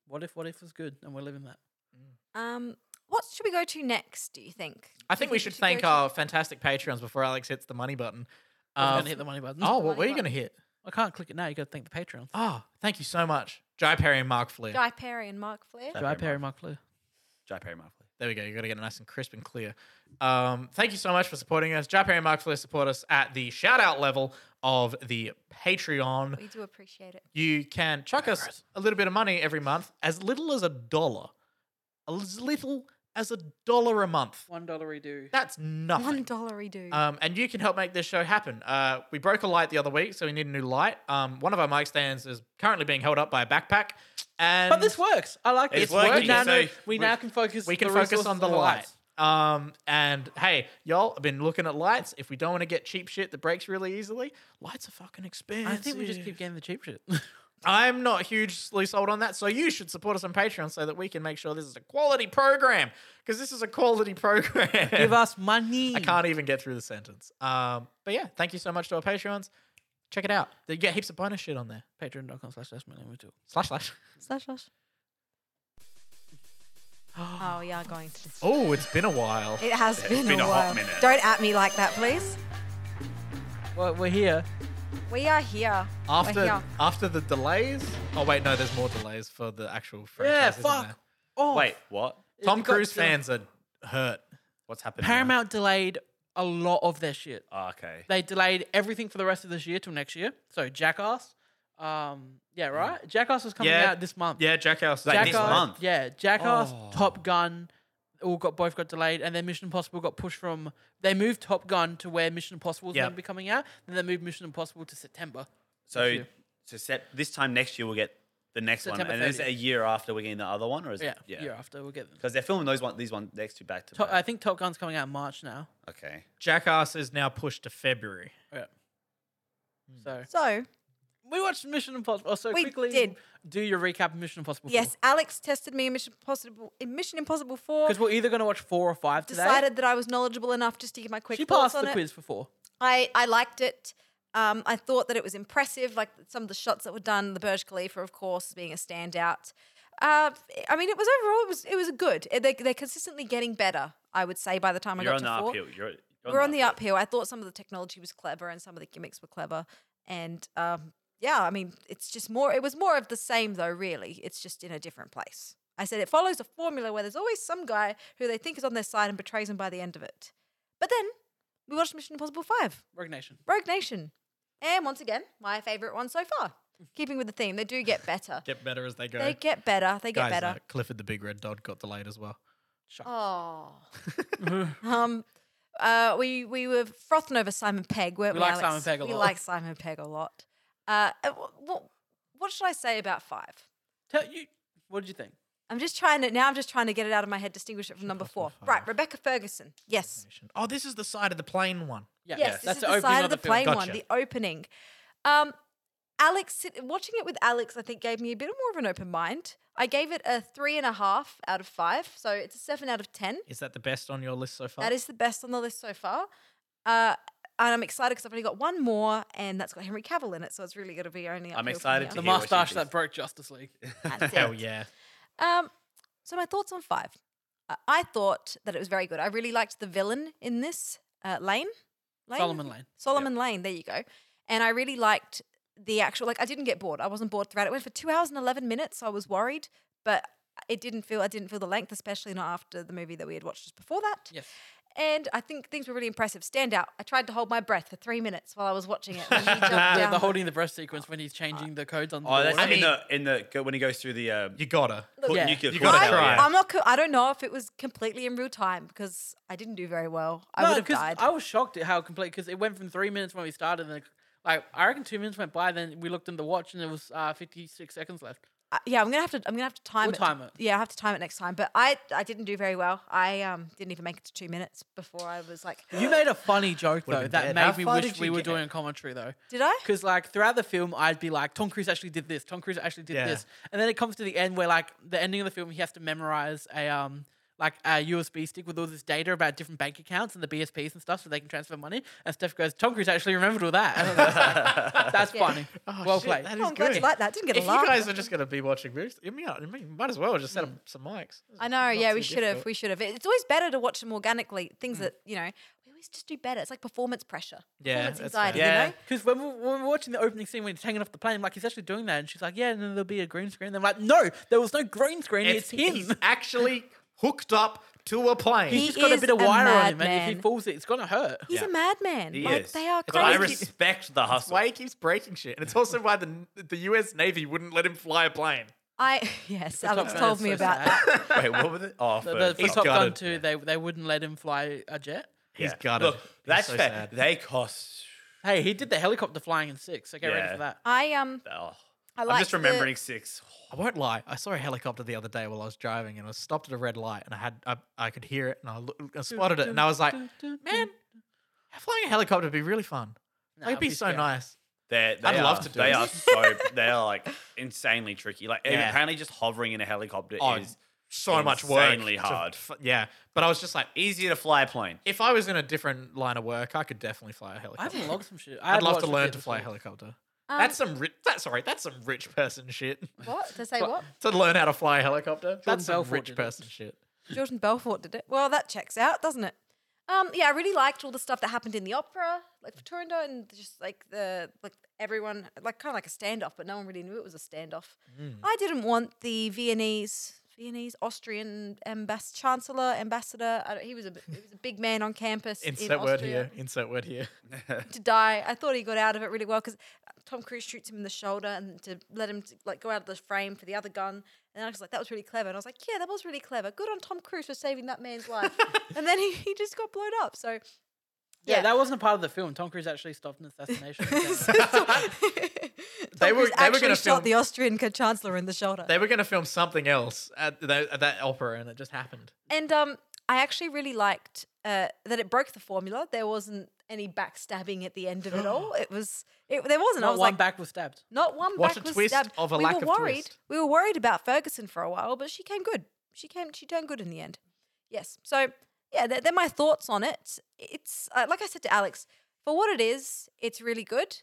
What if What if was good, and we're living that.
Um, what should we go to next? Do you think?
I
Do you
think we should
go
thank
to-
our fantastic Patreons before Alex hits the money button.
I'm
Uh,
gonna hit the money button.
oh,
Oh,
what were
money
you going to hit?
I can't click it now. You got to thank the Patreons.
Oh, thank you so much, Jai Perry and Mark Flair.
Guy Perry and Mark Flair.
Jai
Dry
Perry
Perry Mark Flew.
Jai Perry Marvel.
There we go. You got to get it nice and crisp and clear. Um, thank you so much for supporting us. Jai Perry and Mark Flair support us at the shout out level of the Patreon.
We do appreciate it.
You can chuck us a little bit of money every month, as little as a dollar, as little as a dollar a month.
One dollar redo.
That's
One
nothing.
dollar redo.
Um, and you can help make this show happen. Uh, we broke a light the other week, so we need a new light. Um, one of our mic stands is currently being held up by a backpack, and
But this works. I like this.
It's working,
We now,
so
know- we now can focus.
we can
the
focus
resources
on the light.
lights.
Um, and hey, y'all, I've been looking at lights. If we don't want to get cheap shit that breaks really easily, lights are fucking expensive.
I think we just keep getting the cheap shit.
I'm not hugely sold on that, so you should support us on Patreon so that we can make sure this is a quality program because this is a quality program.
Give us money.
I can't even get through the sentence. Um, but yeah, thank you so much to our Patreons. Check it out. You get heaps of bonus shit on there.
Patreon.com slash last million we talk.
Slash slash.
slash slash. Oh, yeah, going to.
Oh, it's been a while.
It has been,
been
a,
a hot
while.
minute.
Don't at me like that, please.
Well, we're here.
We are here. We're
After
here.
after the delays. Oh wait, no, there's more delays for the actual franchise.
Yeah,
isn't there?
fuck. Oh,
Wait, what?
Tom
It got
Cruise
del-
fans are hurt.
What's happening? now?
Paramount delayed a lot of their shit.
Oh, okay.
They delayed everything for the rest of this year till next year. So Jackass. Um, yeah, right. Jackass was coming
Yeah.
out this month.
Yeah, Jackass.
Like this
Jackass-
month?
Yeah, Jackass,
Oh.
Top Gun, all got both got delayed, and then Mission Impossible got pushed from. They moved Top Gun to where Mission Impossible is
Yep.
going to be coming out, then they moved Mission Impossible to September.
So,
year.
so set, this time next year we'll get the next
September
one, and then is it
30th.
a year after we're getting the other one, or is
Yeah,
it, yeah,
year after we'll get them.
because they're filming those one, these one next two back to
Top, I
back.
think Top Gun's coming out in March now.
Okay,
Jackass is now pushed to February.
Yeah. So
So,
we watched Mission Impossible. So
Hmm. We
quickly,
did.
do your recap of Mission Impossible.
yes, Alex tested me in Mission Impossible, in Mission Impossible 4.
because we're either going to watch four or five today.
Decided that I was knowledgeable enough just to give my quick
she
thoughts
passed
on
the
it.
quiz for four.
I, I liked it. Um, I thought that it was impressive, like some of the shots that were done. The Burj Khalifa, of course, being a standout. Uh, I mean, it was overall it was it was good. They, they're consistently getting better. I would say by the time
you're
I
on
got
the
to four,
uphill. You're, you're
we're on the uphill. I thought some of the technology was clever and some of the gimmicks were clever. And um, yeah, I mean, it's just more, it was more of the same though, really. It's just in a different place. I said it follows a formula where there's always some guy who they think is on their side and betrays them by the end of it. But then we watched Mission Impossible 5,
Rogue Nation.
Rogue Nation. And once again, my favorite one so far. Keeping with the theme, they do get better.
Get better as they go.
They get better. They get
Guys,
better.
uh, Clifford the Big Red Dog got delayed as well.
Oh. um, Uh, we we were frothing over Simon Pegg, weren't
We
we?
like
Alex?
Simon Pegg a
we
lot.
like Simon Pegg a lot. Uh, what, what should I say about five?
Tell you, what did you think?
I'm just trying to now. I'm just trying to get it out of my head. Distinguish it from number four. Right, Rebecca Ferguson. Yes,
Oh, this is the side of the plane one.
Yeah,
yes. This is the side of the, plane
film.
one.
Gotcha.
The opening. Um, Alex, sit- watching it with Alex, I think gave me a bit more of an open mind. I gave it a three and a half out of five, so it's a seven out of ten.
Is that the best on your list so far?
That is the best on the list so far. Uh, and I'm excited because I've only got one more, and that's got Henry Cavill in it, so it's really going to be only.
I'm
uphill from
excited
here.
The
To hear what she
mustache
thinks.
that broke Justice League.
That's
Hell
it.
yeah.
Um, so my thoughts on five. Uh, I thought that it was very good. I really liked the villain in this uh, Lane. Lane.
Solomon Lane.
Solomon Lane. There you go. And I really liked the actual. Like I didn't get bored. I wasn't bored throughout. It went for two hours and eleven minutes. So I was worried, but it didn't feel. I didn't feel the length, especially not after the movie that we had watched just before that.
Yes.
And I think things were really impressive. Standout. I tried to hold my breath for three minutes while I was watching it. When he jumped
The,
down.
the holding the breast sequence when he's changing the codes on the
Oh,
doors.
that's
I
in
mean-
the in the go- when he goes through the um,
You gotta.
put
Yeah.
nuclear
You
fuel
gotta
I,
cell,
try.
yeah.
I'm not. co- I don't know if it was completely in real time because I didn't do very well. I
No,
would have
'cause
died.
I was shocked at how complete because it went from three minutes when we started, and like I reckon two minutes went by. Then we looked in the watch, and there was uh, fifty six seconds left.
I- yeah, I'm gonna have to. I'm gonna have to time
We'll
it.
time it.
Yeah, I have to time it next time. But I, I didn't do very well. I um didn't even make it to two minutes before I was like,
You made a funny joke
Would've
though
been
that
dead. How
made me
far
wish
did
we
you
were
get?
doing a commentary though.
did I?
Because like throughout the film, I'd be like, Tom Cruise actually did this. Tom Cruise actually did
Yeah.
this, and then it comes to the end where like the ending of the film, he has to memorize a um like a USB stick with all this data about different bank accounts and the BSPs and stuff, so they can transfer money. And Steph goes, Tom Cruise actually remembered all that. And I was like, That's
Yeah.
funny. well played.
Oh, I'm glad you like that. Didn't get
If
a
you
laugh.
guys are just gonna be watching movies, you might, you might as well just set up some mics.
I know. Yeah,
too
we should have.
difficult.
We should have. It's always better to watch them organically. Things that you know, we always just do better. It's like performance pressure.
Yeah,
performance
that's fair.
anxiety.
Yeah.
You know.
Because when, we- when we're watching the opening scene when he's hanging off the plane, like he's actually doing that, and she's like, "Yeah," and then there'll be a green screen. And I'm like, "No, there was no green screen. It's,
He's
him.
actually hooked up to a plane.
He-
He's just got a
is
bit of
a
wire on him, and if
madman.
he falls, it, it's gonna hurt."
He's
Yeah.
a madman.
He
like
is.
they are
But I
crazy.
respect the
That's
hustle.
why he keeps breaking shit, and it's also why the the U.S. Navy wouldn't let him fly a plane.
I yes, Alex
Top Gun
told
is
me
so
about
sad.
that.
Wait, what was it?
The,
Oh, for-
the, for
for-
Top Gun
gutted.
two, they they wouldn't let him fly a jet.
He's
yeah.
gutted.
Look,
He's
that's
so
fair.
sad.
They cost.
Hey, he did the helicopter flying in six. So get ready
Yeah.
for that.
I um
Oh.
I
I'm
like
just remembering six.
I won't lie. I saw a helicopter the other day while I was driving, and I stopped at a red light, and I had I, I could hear it, and I, look, I spotted it, and I was like, man, flying a helicopter would be really fun.
Nah,
Like, it'd be
be
so
scary.
nice.
They're, they
I'd
are,
love to do
They
it.
are so. They are like insanely tricky. Like
Yeah.
apparently, just hovering in a helicopter
Oh,
is
so much work.
insanely
to
hard.
f- yeah, but I was just like, e,
easier to fly a plane.
if I was in a different line of work, I could definitely fly a
I
helicopter.
haven't logged some shit. I
I'd
had
love
watched
to
a
learn
bit
to
this
fly a
week.
helicopter.
Um,
that's some rich. That's all right. That's some rich person shit.
what to say what
to learn how to fly a helicopter. that's some
Belfort
rich
did it.
person shit.
Jordan Belfort did it. Well, that checks out, doesn't it? Um, yeah, I really liked all the stuff that happened in the opera, like for Turandot, and just like the like everyone like kind of like a standoff, but no one really knew it was a standoff.
Mm.
I didn't want the Viennese. Viennese, Austrian ambass- chancellor, ambassador. I don't, he was a he was a big man on campus.
Insert
in
word
Austria.
here. Insert word here.
to die. I thought he got out of it really well because Tom Cruise shoots him in the shoulder and to let him like go out of the frame for the other gun. And I was like, that was really clever. And I was like, yeah, that was really clever. Good on Tom Cruise for saving that man's life. and then he, he just got blown up. So
Yeah,
Yeah.
that wasn't a part of the film. Tom Cruise actually stopped an assassination. attempt.
They
Tom
were-
Cruise
they were gonna
actually
film-
shot the Austrian ca- chancellor in the shoulder.
They were going to film something else at, tha- at that opera, and it just happened.
And um, I actually really liked uh, that it broke the formula. There wasn't any backstabbing at the end of it all. It was it, there wasn't. I
Not
was
one
like,
back was stabbed.
Not one
What
back
a
was
twist
stabbed.
of a
we
lack
were
of
worried.
twist.
We were worried about Ferguson for a while, but she came good. She came. She turned good in the end. Yes. So yeah, they're, they're my thoughts on it. It's uh, like I said to Alex, for what it is, it's really good.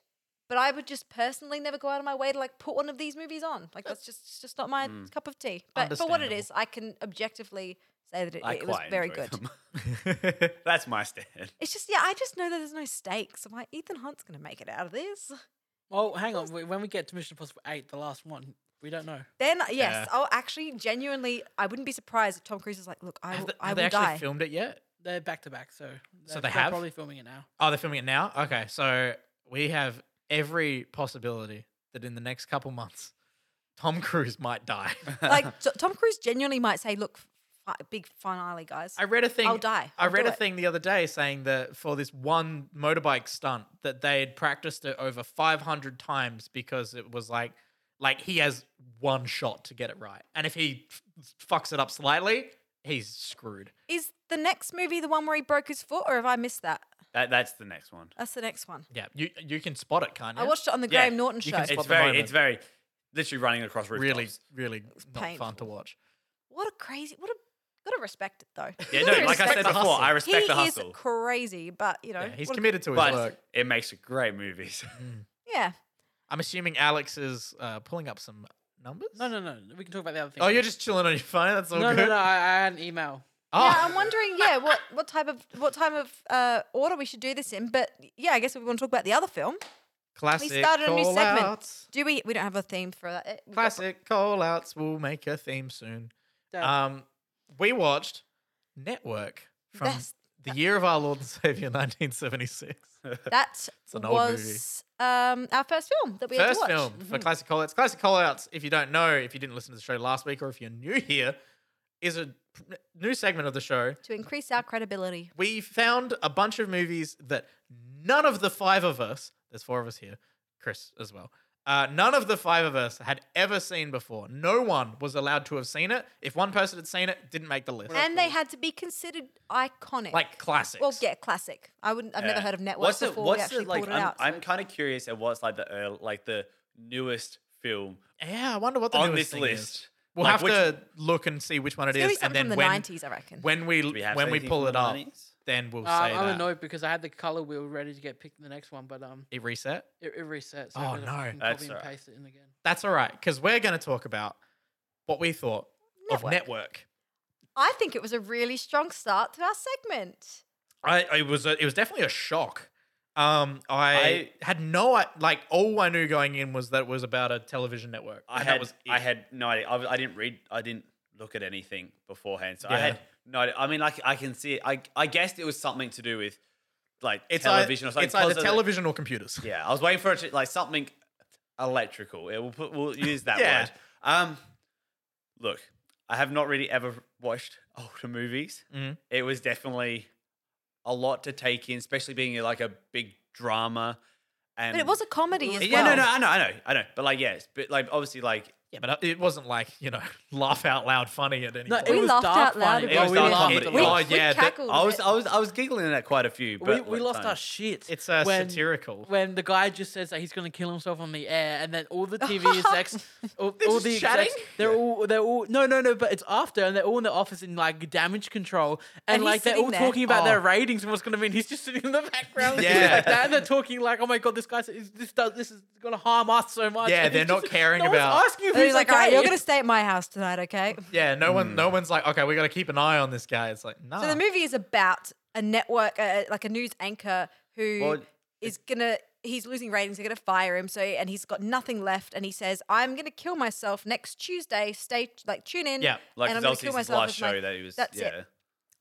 But I would just personally never go out of my way to like put one of these movies on. Like that's just it's just not my cup of tea. But for what it
Hmm. Understandable.
is, I can objectively say that it,
I
it was
quite
very
enjoy
good.
them. That's my stand.
It's just yeah, I just know that there's no stakes. I'm like Ethan Hunt's gonna make it out of this.
Oh, hang on. When we get to Mission Impossible Eight, the last one, we don't know.
Then uh, yes,
Yeah.
I'll actually genuinely I wouldn't be surprised if Tom Cruise is like, look, I
Have
will,
they,
I
have they
will
actually
die.
filmed it yet?
They're back to back, so they're-
they
they're
have?
probably filming it now.
Oh, they're filming it now? Okay. So we have every possibility that in the next couple months, Tom Cruise might die.
like t- Tom Cruise genuinely might say, look, f- fi- big finale, guys.
I read a thing.
I'll die.
I
I'll
read
do
a
it.
thing the other day saying that for this one motorbike stunt that they had practiced it over 500 times because it was like, like he has one shot to get it right, and if he f- fucks it up slightly, he's screwed.
Is the next movie the one where he broke his foot, or have I missed that?
That, that's the next one.
That's the next one.
Yeah, you you can spot it, can't you?
I watched it on the
Yeah,
Graham Norton
you
show.
can spot-
It's
the moment.
very, it's very, literally running across rooftops.
really, really not
painful.
fun to watch.
What a crazy! What a gotta respect it though.
Yeah,
Gotta
no, like I
respect
said
it.
the
before, I
hustle.
respect
he
the hustle.
is crazy, but you know,
Yeah, he's
what a-
committed to his
but
work.
it makes a great movies.
yeah.
I'm assuming Alex is uh, pulling up some numbers.
No, no, no. We can talk about the other thing.
Oh, you're just chilling on your phone. That's all
no,
good.
no, no. I, I had an email.
Oh.
Yeah, I'm wondering, yeah, what, what type of what time of uh, order we should do this in. But yeah, I guess if we want to talk about the other film,
Classic
we started a new segment.
call-outs.
do we? We don't have a theme for that. Eh, we've got-
Classic call outs. We'll make a theme soon.
Dad,
Um, we watched Network from
That's-
the year of our Lord and Savior, 1976.
That
an old
was um, our first film that we had to
First
watch. Mm-hmm.
film for Classic Call Outs. Classic Call Outs, if you don't know, if you didn't listen to the show last week or if you're new here, is a pr- new segment of the show.
To increase our credibility,
We found a bunch of movies that none of the five of us, there's four of us here, Chris as well, uh, none of the five of us had ever seen before. No one was allowed to have seen it. If one person had seen it, didn't make the list.
and they had to be considered iconic.
like classics.
well, yeah, classic. I wouldn't. I've never
Yeah.
heard of network
What's the-
before
what's
we
the,
actually
like,
pulled it
I'm,
out. so-
I'm kind of curious at what's like the earl- like the newest film
Yeah, I wonder what the
on this
newest thing
list.
Is. We'll
Like,
have
which-
to look and see which one it
It's gonna
is,
be
and
something
then
from the
when
90s, I reckon.
when we,
we have
when we
anything
pull
from
it
the
up,
90s?
then we'll
uh,
say
I'm
that
annoyed because I had the color wheel ready to get picked in the next one, but um,
it reset.
it, it resets. So I
Oh,
gotta
no.
fucking
That's
Copy and
alright.
paste it in again.
That's all right because we're going to talk about what we thought of
Network.
network.
I think it was a really strong start to our segment.
I it was a, it was definitely a shock. Um, I,
I-
had no i- like all I knew going in was that it was about a television network.
I
and
had
that was
I
it.
had no idea. I, was- I didn't read. I didn't look at anything beforehand, so I
Yeah.
had no. idea. I mean, like I can see. It. I I guessed it was something to do with like
it's ei-
television or something.
It's either
'cause of the-
television or computers.
Yeah, I was waiting for it to like something electrical. Yeah, we'll put we'll use that
Yeah.
word. Um, look, I have not really ever watched older movies.
Mhm.
It was definitely a lot to take in, especially being like a big drama. And
But it was a comedy as
yeah,
well.
no, no, I know, I know, I know. But like, yes, but like, obviously, like
Yeah, but uh, it wasn't like you know laugh out loud funny at any.
No,
point.
it
We
was
laughed
dark
out loud
funny.
about
Oh,
it.
we laughed
It
a
was-
lot.
Oh, yeah,
we
that-
cackled
I was,
at
I was, I was giggling at quite a few.
We,
But
we
like,
lost our
times.
shit.
It's uh,
when-
satirical.
When the guy just says that he's going to kill himself on the air, and then all the TV execs, all, all
just
the
chatting?
execs, they're all they're all no no no, but it's after, and they're all in the office in like damage control, and,
And he's
like they're
sitting
all
there.
talking about their
Oh.
ratings and what's going to mean. He's just sitting in the background,
Yeah.
yeah, like that, and they're talking like, oh my god, this guy, is- this does this is going to harm us so much.
Yeah,
and
they're
he's
not
just-
caring
no
about-
One's asking if
And
he's
he's like,
okay.
all right, you're going to stay at my house tonight, okay?
yeah, no one,
Hmm.
no one's like, okay, we got to keep an eye on this guy. It's like, no.
Ah.
So the movie is about a network, uh, like a news anchor who
Well,
is gonna. He's losing ratings. They're gonna fire him. So and he's got nothing left. And he says, "I'm gonna kill myself next Tuesday. Stay like tune in.
Yeah,
Like
and
his
I'm gonna
last
kill myself."
last
as my-
show that he was.
That's
yeah.
it.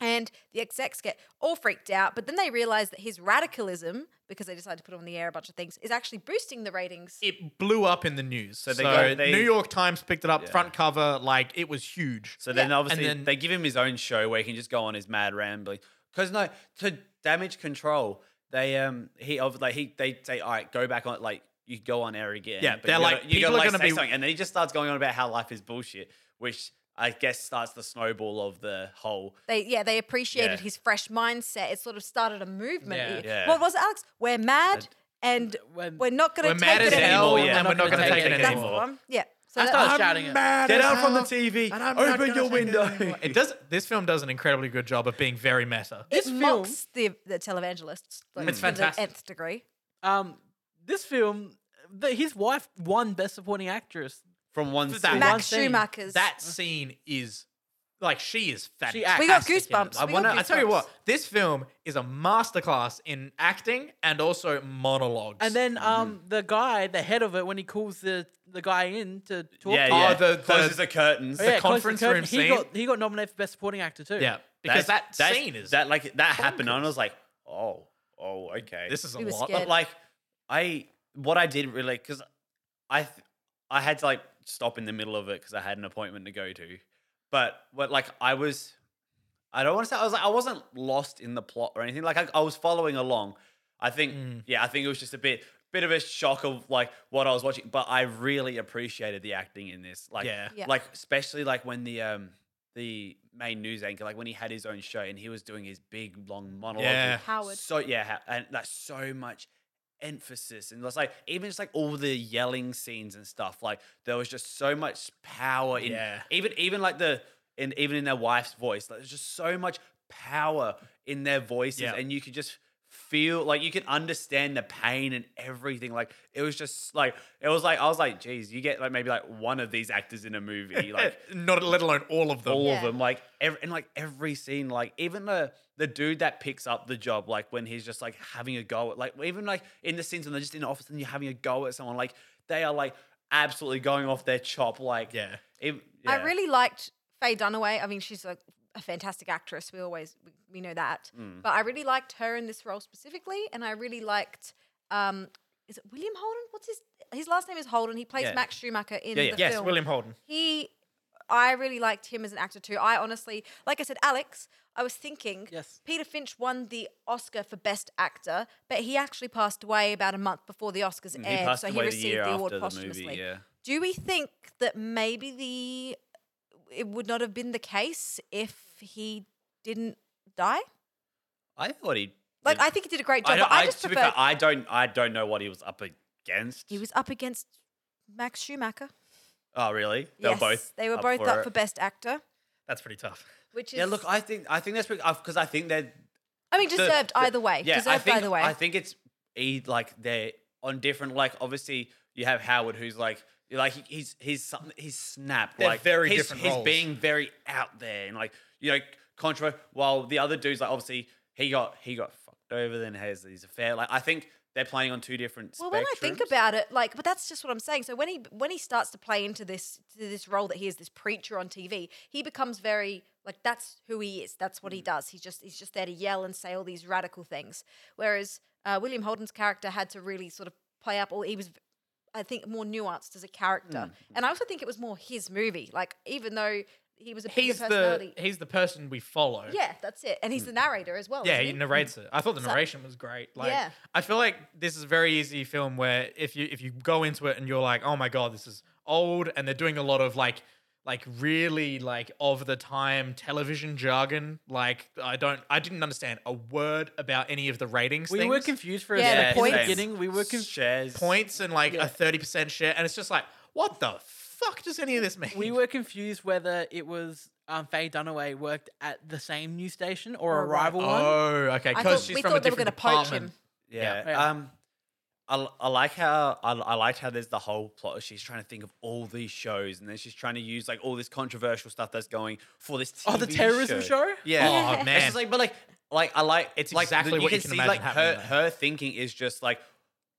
And the execs get all freaked out. But then they realize that his radicalism, because they decided to put on the air a bunch of things, is actually boosting the ratings.
it blew up in the news. So,
they go- they-
New York Times picked it up,
Yeah.
front cover, like it was huge.
So then
Yeah.
obviously
And then-
they give him his own show where he can just go on his mad rambling. Because no, to damage control, they um he of like he they say all right go back on like you go on air again.
Yeah,
but
they're
you gotta-
like,
you
people
gotta
are
like
gonna
say
be-
something, and then he just starts going on about how life is bullshit, which I guess starts the snowball of the whole.
They yeah, they appreciated
Yeah.
his fresh mindset. It sort of started a movement.
Yeah.
It-
Yeah.
What was it, Alex? We're mad and
We're-
we're not gonna
We're
take
mad
it
as
anymore.
hell,
anymore.
and we're not going to take it
That's
anymore.
the one. Yeah. So
I
that-
started shouting it.
Get out from the TV. Open your window.
It does. This film does an incredibly good job of being very meta.
This
it
film-
mocks the, the televangelists. Like,
It's
to
fantastic.
the nth degree.
Um, this film, the, his wife won Best Supporting Actress.
From one
That
scene.
one
Max
thing.
Schumacher's.
That scene is like she is fantastic.
acts.
uh-huh. we got
in it.
goosebumps.
I
we
want to.
Got
I tell you
goosebumps.
what, this film is a masterclass in acting and also monologues.
And then um, the guy, the head of it, when he calls the, the guy in to talk
Yeah,
to him-
yeah.
Oh, the- the-
closes the curtains.
Oh, yeah, close
conference
curtain,
room
he
scene.
Got, he got nominated for Best Supporting Actor too.
yeah, because
That's-
that
that's-
scene is
that like that happened, and I was like, oh, oh, okay.
This is a
We were
lot.
scared.
But like, I what I did really because I th- I had to like stop in the middle of it because I had an appointment to go to. But what like I was, I don't want to say I was like I wasn't lost in the plot or anything. Like I, I was following along. I think yeah, I think it was just a bit bit of a shock of like what I was watching, but I really appreciated the acting in this. Like
Yeah.
Yeah.
like especially like when the um the main news anchor like when he had his own show and he was doing his big long monologue. with
Yeah.
Howard.
so yeah, ha- and like so much emphasis and it's like even just like all the yelling scenes and stuff. Like there was just so much power in
Yeah.
even even like the and even in their wife's voice. Like there's just so much power in their voices,
Yeah.
and you could just feel like you could understand the pain and everything. Like it was just like it was like I was like, geez, you get like maybe like one of these actors in a movie, like
Not let alone Eh, all of them.
all of
Yeah.
them like every, and like every scene like even the the dude that picks up the job like when he's just like having a go at like even like in the scenes when they're just in the office and you're having a go at someone like they are like absolutely going off their chop like
Yeah.
it-
I
yeah.
really liked Faye Dunaway. I mean, she's a, a fantastic actress. We always we, we know that.
Mm.
But I really liked her in this role specifically, and I really liked. Um, is it William Holden? What's his his last name is Holden. He plays
Yeah.
Max Schumacher in
Yeah, yeah.
the
Yes,
film.
William Holden.
He, I really liked him as an actor too. I honestly, like I said, Alex. I was thinking,
Yes.
Peter Finch won the Oscar for Best Actor, but he actually passed away about a month before the Oscars
Mm, he
aired,
passed
so he
away the
received
year
the award
after the
posthumously.
movie yeah
Do we think that maybe the it would not have been the case if he didn't die?
I thought he
Like
did-
I think he did a great
I,
job.
don't-
but I,
I-
just
to be fair
prefer
I don't I don't know what he was up against
he was up against Max Schumacher.
oh really they
yes,
were both
they were both up
it.
for best actor,
That's pretty tough.
which is
yeah look I think I think that's because I think they're
I mean
the-
deserved
the-
either way.
Yeah, I
deserved
think,
either uh, way.
I think it's e like they're on different. Like obviously you have Howard, who's like like he, he's he's something he's snapped.
They're
like
very
he's,
different
He's
roles.
being very out there and like you know contra. While the other dude's like obviously he got he got fucked over. Then has his affair. Like I think they're playing on two different.
well, when I think
spectrums.
about it, like, but that's just what I'm saying. So when he when he starts to play into this to this role that he is this preacher on TV, he becomes very like that's who he is. That's what he
Mm.
does. He's just he's just there to yell and say all these radical things. Whereas uh, William Holden's character had to really sort of play up. All he was, I think, more nuanced as a
Mm,
character. And I also think it was more his movie. Like even though he was a bigger
He's the
personality,
he's the person we follow.
yeah, that's it. And he's the narrator as well.
Mm. Yeah,
isn't
he
he?
narrates it. I thought the narration was great. Like,
Yeah.
I feel like this is a very easy film where if you if you go into it and you're like, oh my god, this is old, and they're doing a lot of like like really like of the time television jargon. Like, I don't, I didn't understand a word about any of the ratings.
We
things.
were confused for a
Yeah, the
second in the
points.
beginning. We were confused.
shares
points and like
Yeah.
a thirty percent share, and it's just like, what the fuck does any of this mean?
We were confused whether it was um, Faye Dunaway worked at the same news station or, a
Or a rival.
rival one.
Oh, okay.
I
Because
thought-
she's
we
from a
thought they were
different
gonna poach
department.
him.
Yeah.
Yeah.
Um, I, l- I like how I, I liked how there's the whole plot. She's trying to think of all these shows, and then she's trying to use like all this controversial stuff that's going for this. TV
Oh, the terrorism show?
Yeah.
Oh,
It's
man.
just like, but like, like I like
It's
like, the-
exactly what you can
see,
imagine
like, her
happening
her thinking is just like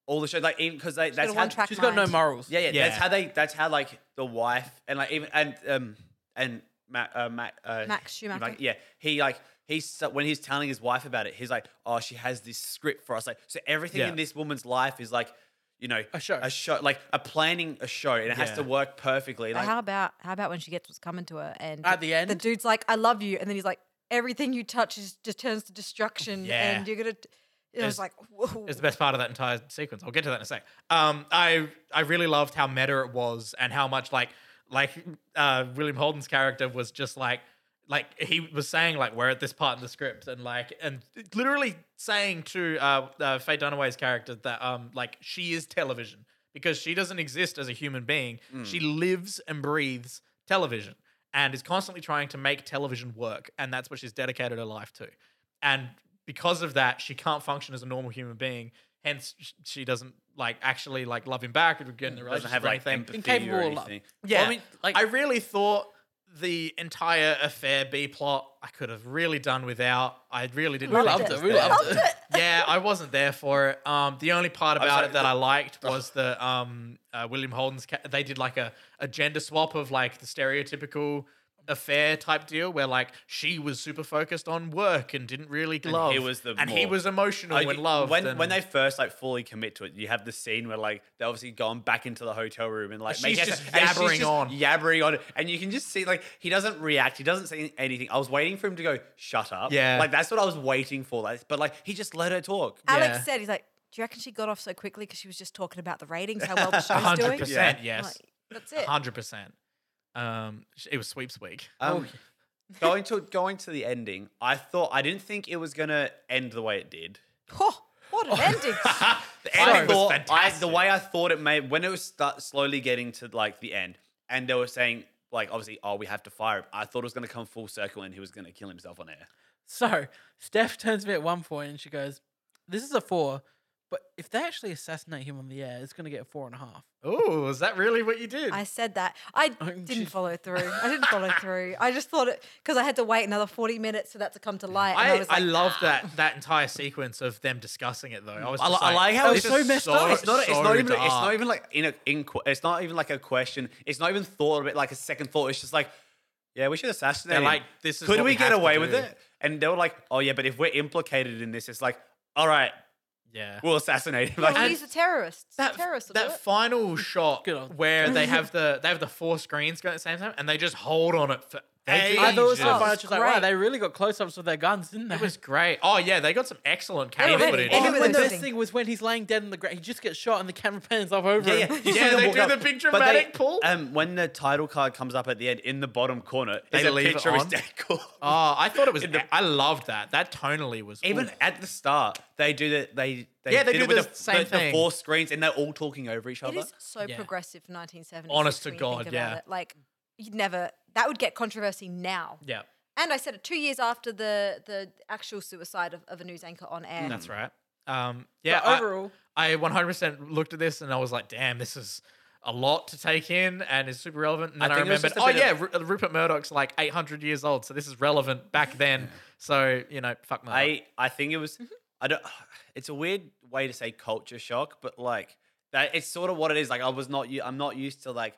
all the shows, like even because they that's
got a
how
one-track
She's got no
Mind.
morals.
yeah, yeah, That's
Yeah.
how they. That's how like the wife and like even and um and Matt uh, Matt uh,
Max Schumacher.
Like, yeah, he like he's so- when he's telling his wife about it, he's like, oh, she has this script for us. Like, so everything
Yeah.
in this woman's life is like, you know,
A show.
a show, like a planning a show, and it has
Yeah.
to work perfectly.
But
Like,
how about how about when she gets what's coming to her and
At the
the
end,
dude's like, "I love you," and then he's like, "Everything you touch is, just turns to destruction,
Yeah.
and you're gonna." T-. It
It's-
was like, whoa.
is the best part of that entire sequence. I'll get to that in a sec. Um, I I really loved how meta it was and how much like like uh, William Holden's character was just like like he was saying like we're at this part in the script and like and literally saying to uh, uh, Faye Dunaway's character that um like she is television because she doesn't exist as a human being. She lives and breathes television and is constantly trying to make television work and that's what she's dedicated her life to and because of that she can't function as a normal human being hence sh- she doesn't like actually like love him back or get in a
doesn't
relationship
have
or
like
anything
empathy or
Incapable of love.
anything.
yeah
I mean, like-
i really thought the entire affair b plot i could have really done without i really didn't
we
think
loved
was
it. We
there.
loved it.
yeah i wasn't there for it um the only part about
sorry,
it that
the-
i liked was the um uh, william holden's ca- they did like a, a gender swap of like the stereotypical affair type deal where like she was super focused on work and didn't really love.
was the
and he
more-
was emotional
Oh,
in
you-
love.
When
and
when they first like fully commit to it, you have the scene where like they obviously gone back into the hotel room and like
She's
maybe-
just
and she's
yabbering
just
on.
yabbering on, and you can just see like he doesn't react, he doesn't say anything. I was waiting for him to go shut up,
Yeah.
like that's what I was waiting for. Like, but like he just let her talk.
Alex
Yeah.
said, he's like, do you reckon she got off so quickly because she was just talking about the ratings, how well the show's doing?
100%,
Yeah.
I'm
yes.
like, That's it.
100%. Um, sh- it was sweeps week.
Um, going to going to the ending, I thought I didn't think it was gonna end the way it did.
Oh, what an ending.
the end
Sorry.
thought,
was
I, the way I thought it may when it was start slowly getting to like the end, and they were saying like obviously, oh, we have to fire him. I thought it was going to come full circle and he was going to kill himself on air.
So Steph turns to me at one point and she goes, "This is a four, but if they actually assassinate him on the air, it's going to get a four and a half."
Oh, is that really what you did?
I said that. I didn't
geez.
follow through. I didn't follow through. I just thought it because I had to wait another 40 minutes for that to come to light. And I,
I,
was
I
like,
love that that entire sequence of them discussing it though. I was
I,
just
li- I like how
this
it's
is
so messed up. It's not. it's
so
not even. It's not
dark.
even like in a. In, qu- it's not even like a question. It's not even thought of it like a second thought. It's just like, yeah, we should assassinate.
They're
him.
like, this is
Could
what
we,
we
get
have to
away with
do.
it? And they were like, oh yeah, but if we're implicated in this, it's like, all right,
Yeah.
we'll assassinate him.
"Oh,
Like,
these are terrorists.
that,
terrorists. will do
that
it."
final shot
Good old-
where they have the they have the four screens going at the same time and they just hold on it for ages.
did.
I thought it was so
Oh,
funny.
it's
She's like, wow,
great.
they really got close-ups with their guns, didn't they?
It was great. Oh yeah, they got some excellent camera
really-
footage.
it
Oh,
Even
when
with
the
the
best
thing.
thing was when he's laying dead in the ground, he just gets shot and the camera pans up over
Yeah, yeah.
him.
You see
Yeah,
them
they
walk
do the big
But
dramatic pull.
Um, when the title card comes up at the end, in the bottom corner,
They
they is a
leave it
picture of his
on?
dead corpse.
Oh, I thought it was.
In the-
I loved that. That tonally was
Even
ooh.
at the start, they do the they they
Yeah, they
did
do
it with
the
the,
same
the,
thing.
the four screens, and they're all talking over each
It
other.
is so
Yeah.
progressive, 1970s.
Honest to
when you think
God,
about
yeah.
it. Like, you'd never, that would get controversy now.
yeah,
And I said it two years after the the actual suicide of, of a news anchor on air.
that's right. Um, yeah,
But
I-
overall,
I 100% looked at this and I was like, damn, this is a lot to take in and it's super relevant. And then I,
think it was
remembered,
just a
oh
bit
yeah,
of-
Ru- Rupert Murdoch's like 800 years old, so this is relevant back then. So you know, fuck Murdoch.
I I think it was
Mm-hmm.
I don't. It's a weird way to say culture shock, but like that, it's sort of what it is. Like I was not u- I'm not used to like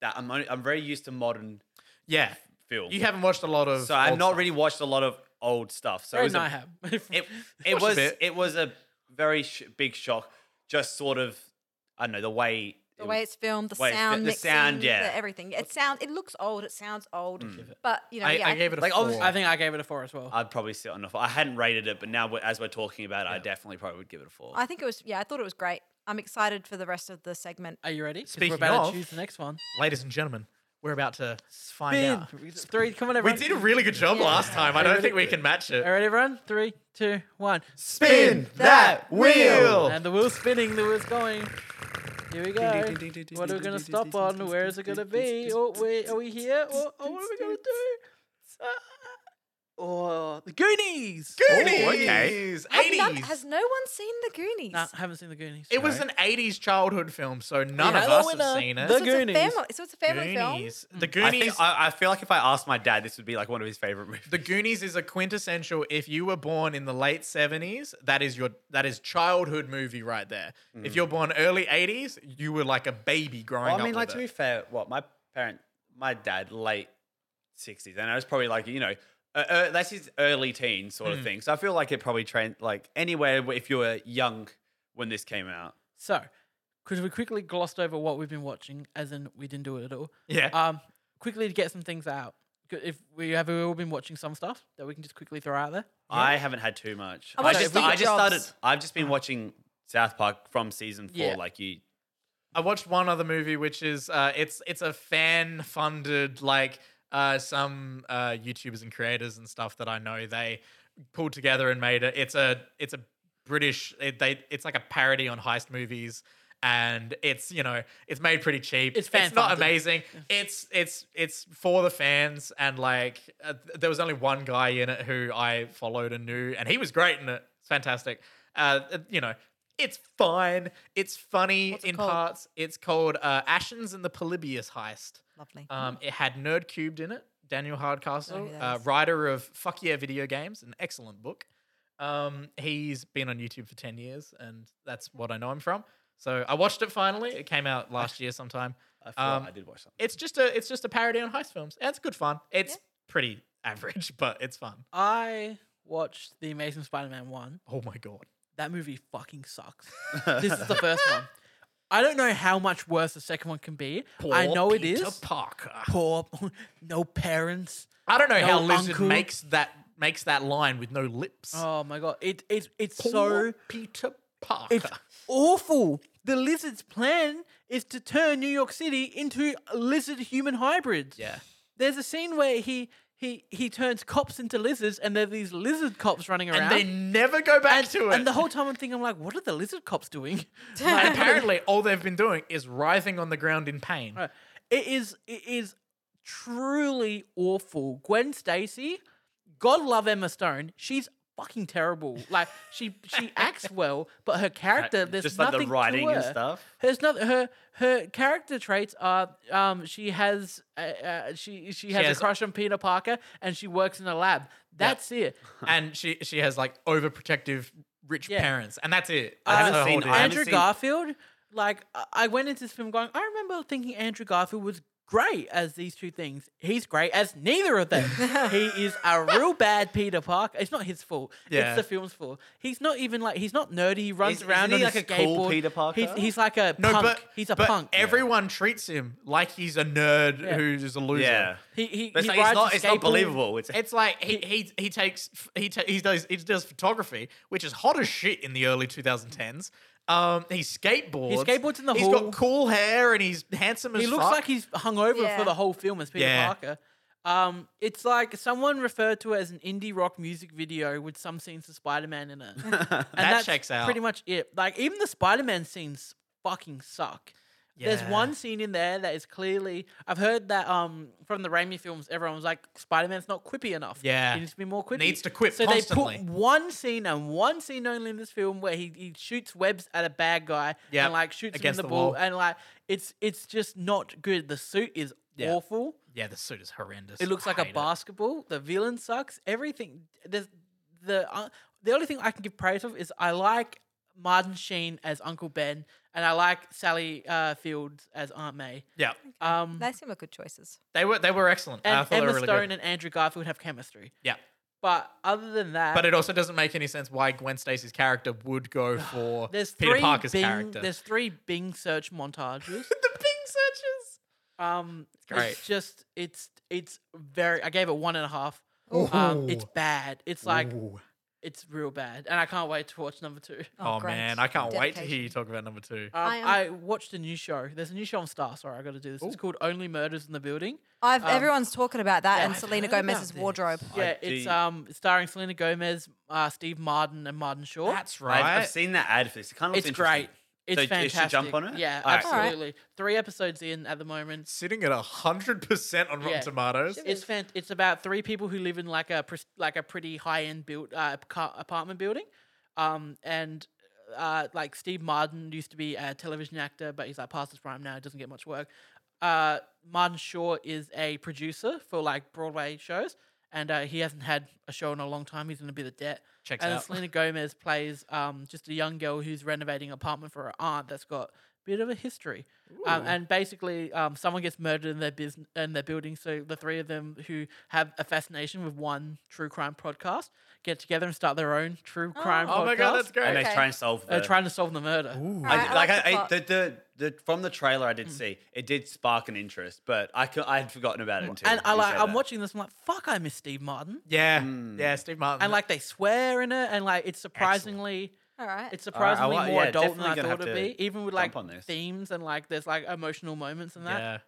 that. I'm only, I'm very used to modern
yeah,
film,
you haven't watched a lot of.
so I've
old
not
stuff.
really watched a lot of old stuff. So
very
it was a-
nice.
it
Watch
it
a
was
bit.
it was a very sh- big shock. Just sort of I don't know the way
The way it's filmed, the
way it's
sound,
fi- the
mixing,
sound, yeah.
the everything. It sounds, it looks old, it sounds old, but you know,
Mm. I,
yeah,
I gave it a
Like,
four. Uh,
obviously-
I think I gave it a four as well.
I'd probably sit on a four. I hadn't rated it, but now we as we're talking about it, I definitely probably would give it a four.
I think it was, yeah, I thought it was great. I'm excited for the rest of the segment.
Are you ready? 'Cause
Speaking
we're about
of-
to choose the next one.
Ladies and gentlemen, we're about to find
Bin.
out.
Three, come on,
We
everyone.
did a really good job last time. I don't think we can match
All
it.
right, everyone. Three, two, one.
Spin
that
wheel.
And the wheel's spinning, the wheel's going. Here we go. What are we gonna stop on? Where is it gonna be? Oh, wait, are we here? Oh, oh what are we gonna do? Uh, oh, the Goonies.
Oh, okay.
Goonies,
Have none-
80s.
has no one seen the Goonies?
Nah, I haven't seen the Goonies.
It was an 80s childhood film, so none
Yeah.
of us
Winner,
have seen it.
The
so, it's a
Goonies.
family, so it's a family film.
Goonies.
Mm.
The
I,
Goonies.
think, I, I feel like if I asked my dad, this would be like one of his favorite movies.
the Goonies is a quintessential. If you were born in the late seventies, that is your that is childhood movie right there. If you're born early eighties, you were like a baby
Mm.
growing
Well,
up.
I mean, like
with
to
it.
be fair, what my parent, my dad, late sixties, and I was probably like you know. Uh, uh, that's his early teen sort
Hmm.
of thing. So I feel like it probably trained like anywhere where- if you were young when this came out.
So, because we quickly glossed over what we've been watching, as in we didn't do it at all.
yeah.
Um, quickly to get some things out. Good- If we have we all been watching some stuff that we can just quickly throw out there.
I haven't had too much.
I
I,
watched
just
Steve
I just started.
Jobs.
I've just been watching South Park from season four.
Yeah.
Like you,
I watched one other movie, which is uh, it's it's a fan funded like uh, some uh, YouTubers and creators and stuff that I know they pulled together and made it. It's a it's a British it, they it's like a parody on heist movies. And it's you know it's made pretty cheap.
It's
it's not
fan-funded.
amazing. It's it's it's for the fans and like uh, th- there was only one guy in it who I followed and knew, and he was great in it. It's fantastic. Uh, uh, you know, it's fine. It's funny
What's it
in
called?
parts. It's called uh, Ashens and the Polybius Heist.
Lovely.
Um, it had Nerd Cubed in it. Daniel Hardcastle,
who that
uh,
is.
writer of Fuck Yeah Video Games, an excellent book. Um, he's been on YouTube for ten years, and that's what I know him from. So I watched it finally. It came out last year sometime.
I, feel
Um,
I did watch something.
It's just a it's just a parody on heist films. And it's good fun. It's
Yeah.
pretty average, but it's fun.
I watched The Amazing Spider-Man one.
Oh my god.
That movie fucking sucks. this is the first one. I don't know how much worse the second one can be. I
Poor
know it
Peter
is.
Parker.
Poor, no parents.
I don't know
No
how Lizard
uncle.
makes that makes that line with no lips.
Oh my god, it, it it's
Poor
so
Peter Parker.
it's awful. The lizard's plan is to turn New York City into lizard human hybrids.
yeah.
There's a scene where he he he turns cops into lizards, and there are these lizard cops running around.
And they never go back
and,
to it.
and the whole time I'm thinking, I'm like, what are the lizard cops doing?
And apparently, all they've been doing is writhing on the ground in pain.
Right. Uh, It is it is truly awful. Gwen Stacy, God love Emma Stone. She's fucking terrible. Like she she acts well, but her character there's
just like
nothing
the writing
to
and
her.
stuff.
There's not her her character traits are um she has uh, uh, she she has
has-
a crush on Peter Parker and she works in a lab. That's it.
And she she has like overprotective rich
Yeah.
parents, and that's it.
I haven't
That's her whole
seen
deal.
I haven't
Uh, Andrew
seen-
Garfield, like I- I went into this film going, I remember thinking Andrew Garfield was great as these two things. He's great as neither of them. he is a real bad Peter Parker. It's not his fault.
Yeah.
It's the film's fault. He's not even like he's not nerdy. He runs
Is- isn't
around
he
on
like
a
a cool
skateboard.
Peter Parker?
He's, he's like a
No,
punk.
but
he's a
but
punk.
Everyone treats him like he's a nerd
Yeah.
who's a loser.
Yeah.
He he,
But it's,
he
like,
rides a
it's, not, it's not
skateboard.
believable. It's,
It's like he he, he takes he ta- he does he does photography, which is hot as shit in the early 2010s. Um, he skateboards.
skateboards in the
He's
hall.
got cool hair and he's handsome as
He looks
fuck.
like he's hungover
Yeah.
for the whole film as Peter
Yeah.
Parker. Um, it's like someone referred to it as an indie rock music video with some scenes of Spider Man in it. And that's
checks out.
Pretty much it. Like even the Spider Man scenes fucking suck. There's
Yeah.
one scene in there that is clearly. I've heard that um from the Raimi films, everyone was like, Spider Man's not quippy enough.
Yeah.
he needs to be more quippy.
Needs to quip
So
constantly.
they put one scene and one scene only in this film where he, he shoots webs at a bad guy
Yep.
and like shoots
Against
him in the,
the
ball
wall.
and like it's it's just not good. The suit is
Yeah.
awful.
yeah, the suit is horrendous.
It looks
I
like a
hate it.
basketball. The villain sucks. Everything. There's the uh, the only thing I can give praise of is I like Martin Sheen as Uncle Ben and I like Sally uh, Fields as Aunt May.
Yeah,
Um,
They seem like good choices.
they were they were excellent. I
and
thought they
Emma
were really
Stone
good.
and Andrew Garfield have chemistry.
yeah,
But other than that,
but it also doesn't make any sense why Gwen Stacy's character would go for
there's three
Peter Parker's
Bing,
character.
There's three Bing search montages.
the Bing searches.
Um, it's,
great.
just it's it's very. I gave it one and a half. Um, it's
Ooh.
bad. It's like
Ooh.
it's real bad, and I can't wait to watch number two.
oh,
great.
man, I can't wait to
Dedication.
hear you talk about number two.
Um,
I am-
I, watched a new show. There's a new show on Star. Sorry, I got to do this. It's
Ooh.
called Only Murders in the Building.
I've,
Um,
everyone's talking about that
yeah,
and
I've
Selena
heard about
Gomez's
this.
wardrobe.
Yeah, it's
do-
um starring Selena Gomez, uh, Steve Martin, and Martin Shaw.
That's
I've, I've
right.
seen that ad for this. It kind of looks
it's great. It's
So it should
fantastic.
jump on it?
Yeah,
All right.
All right.
absolutely. Three episodes in at the moment.
Sitting at hundred percent on Rotten
Yeah.
Tomatoes.
It's fan- It's about three people who live in like a pres- like a pretty high end built uh, ca- apartment building, um, and uh, like Steve Martin used to be a television actor, but he's like past his prime now. Doesn't get much work. Uh, Martin Shaw is a producer for like Broadway shows, and uh, he hasn't had a show in a long time. He's in a bit of debt.
Checks
and then
out.
Selena Gomez plays um, just a young girl who's renovating an apartment for her aunt that's got a bit of a history. Um, and basically, um, someone gets murdered in their business in their building. So the three of them who have a fascination with one true crime podcast get together and start their own true crime podcast.
Oh my god, that's great.
And they
Okay.
try and solve the.
They're trying to solve the murder.
All
I,
right, I
like
like the
I, I,
plot.
the, the, the from the trailer I did see it did spark an interest, but I cou- I had forgotten about it until
And I
you
like
said
I'm
that.
watching this. I'm like, fuck, I miss Steve Martin.
Yeah, yeah, Steve Martin.
Mm-hmm.
And like they swear in it, and like it's surprisingly.
All right.
It's
right, I
surprisingly
wa-
more
yeah,
adult than
definitely
I
gonna
thought
have
it'd
to
be, even with
jump
like
on this.
themes and like there's like emotional moments and that.
yeah,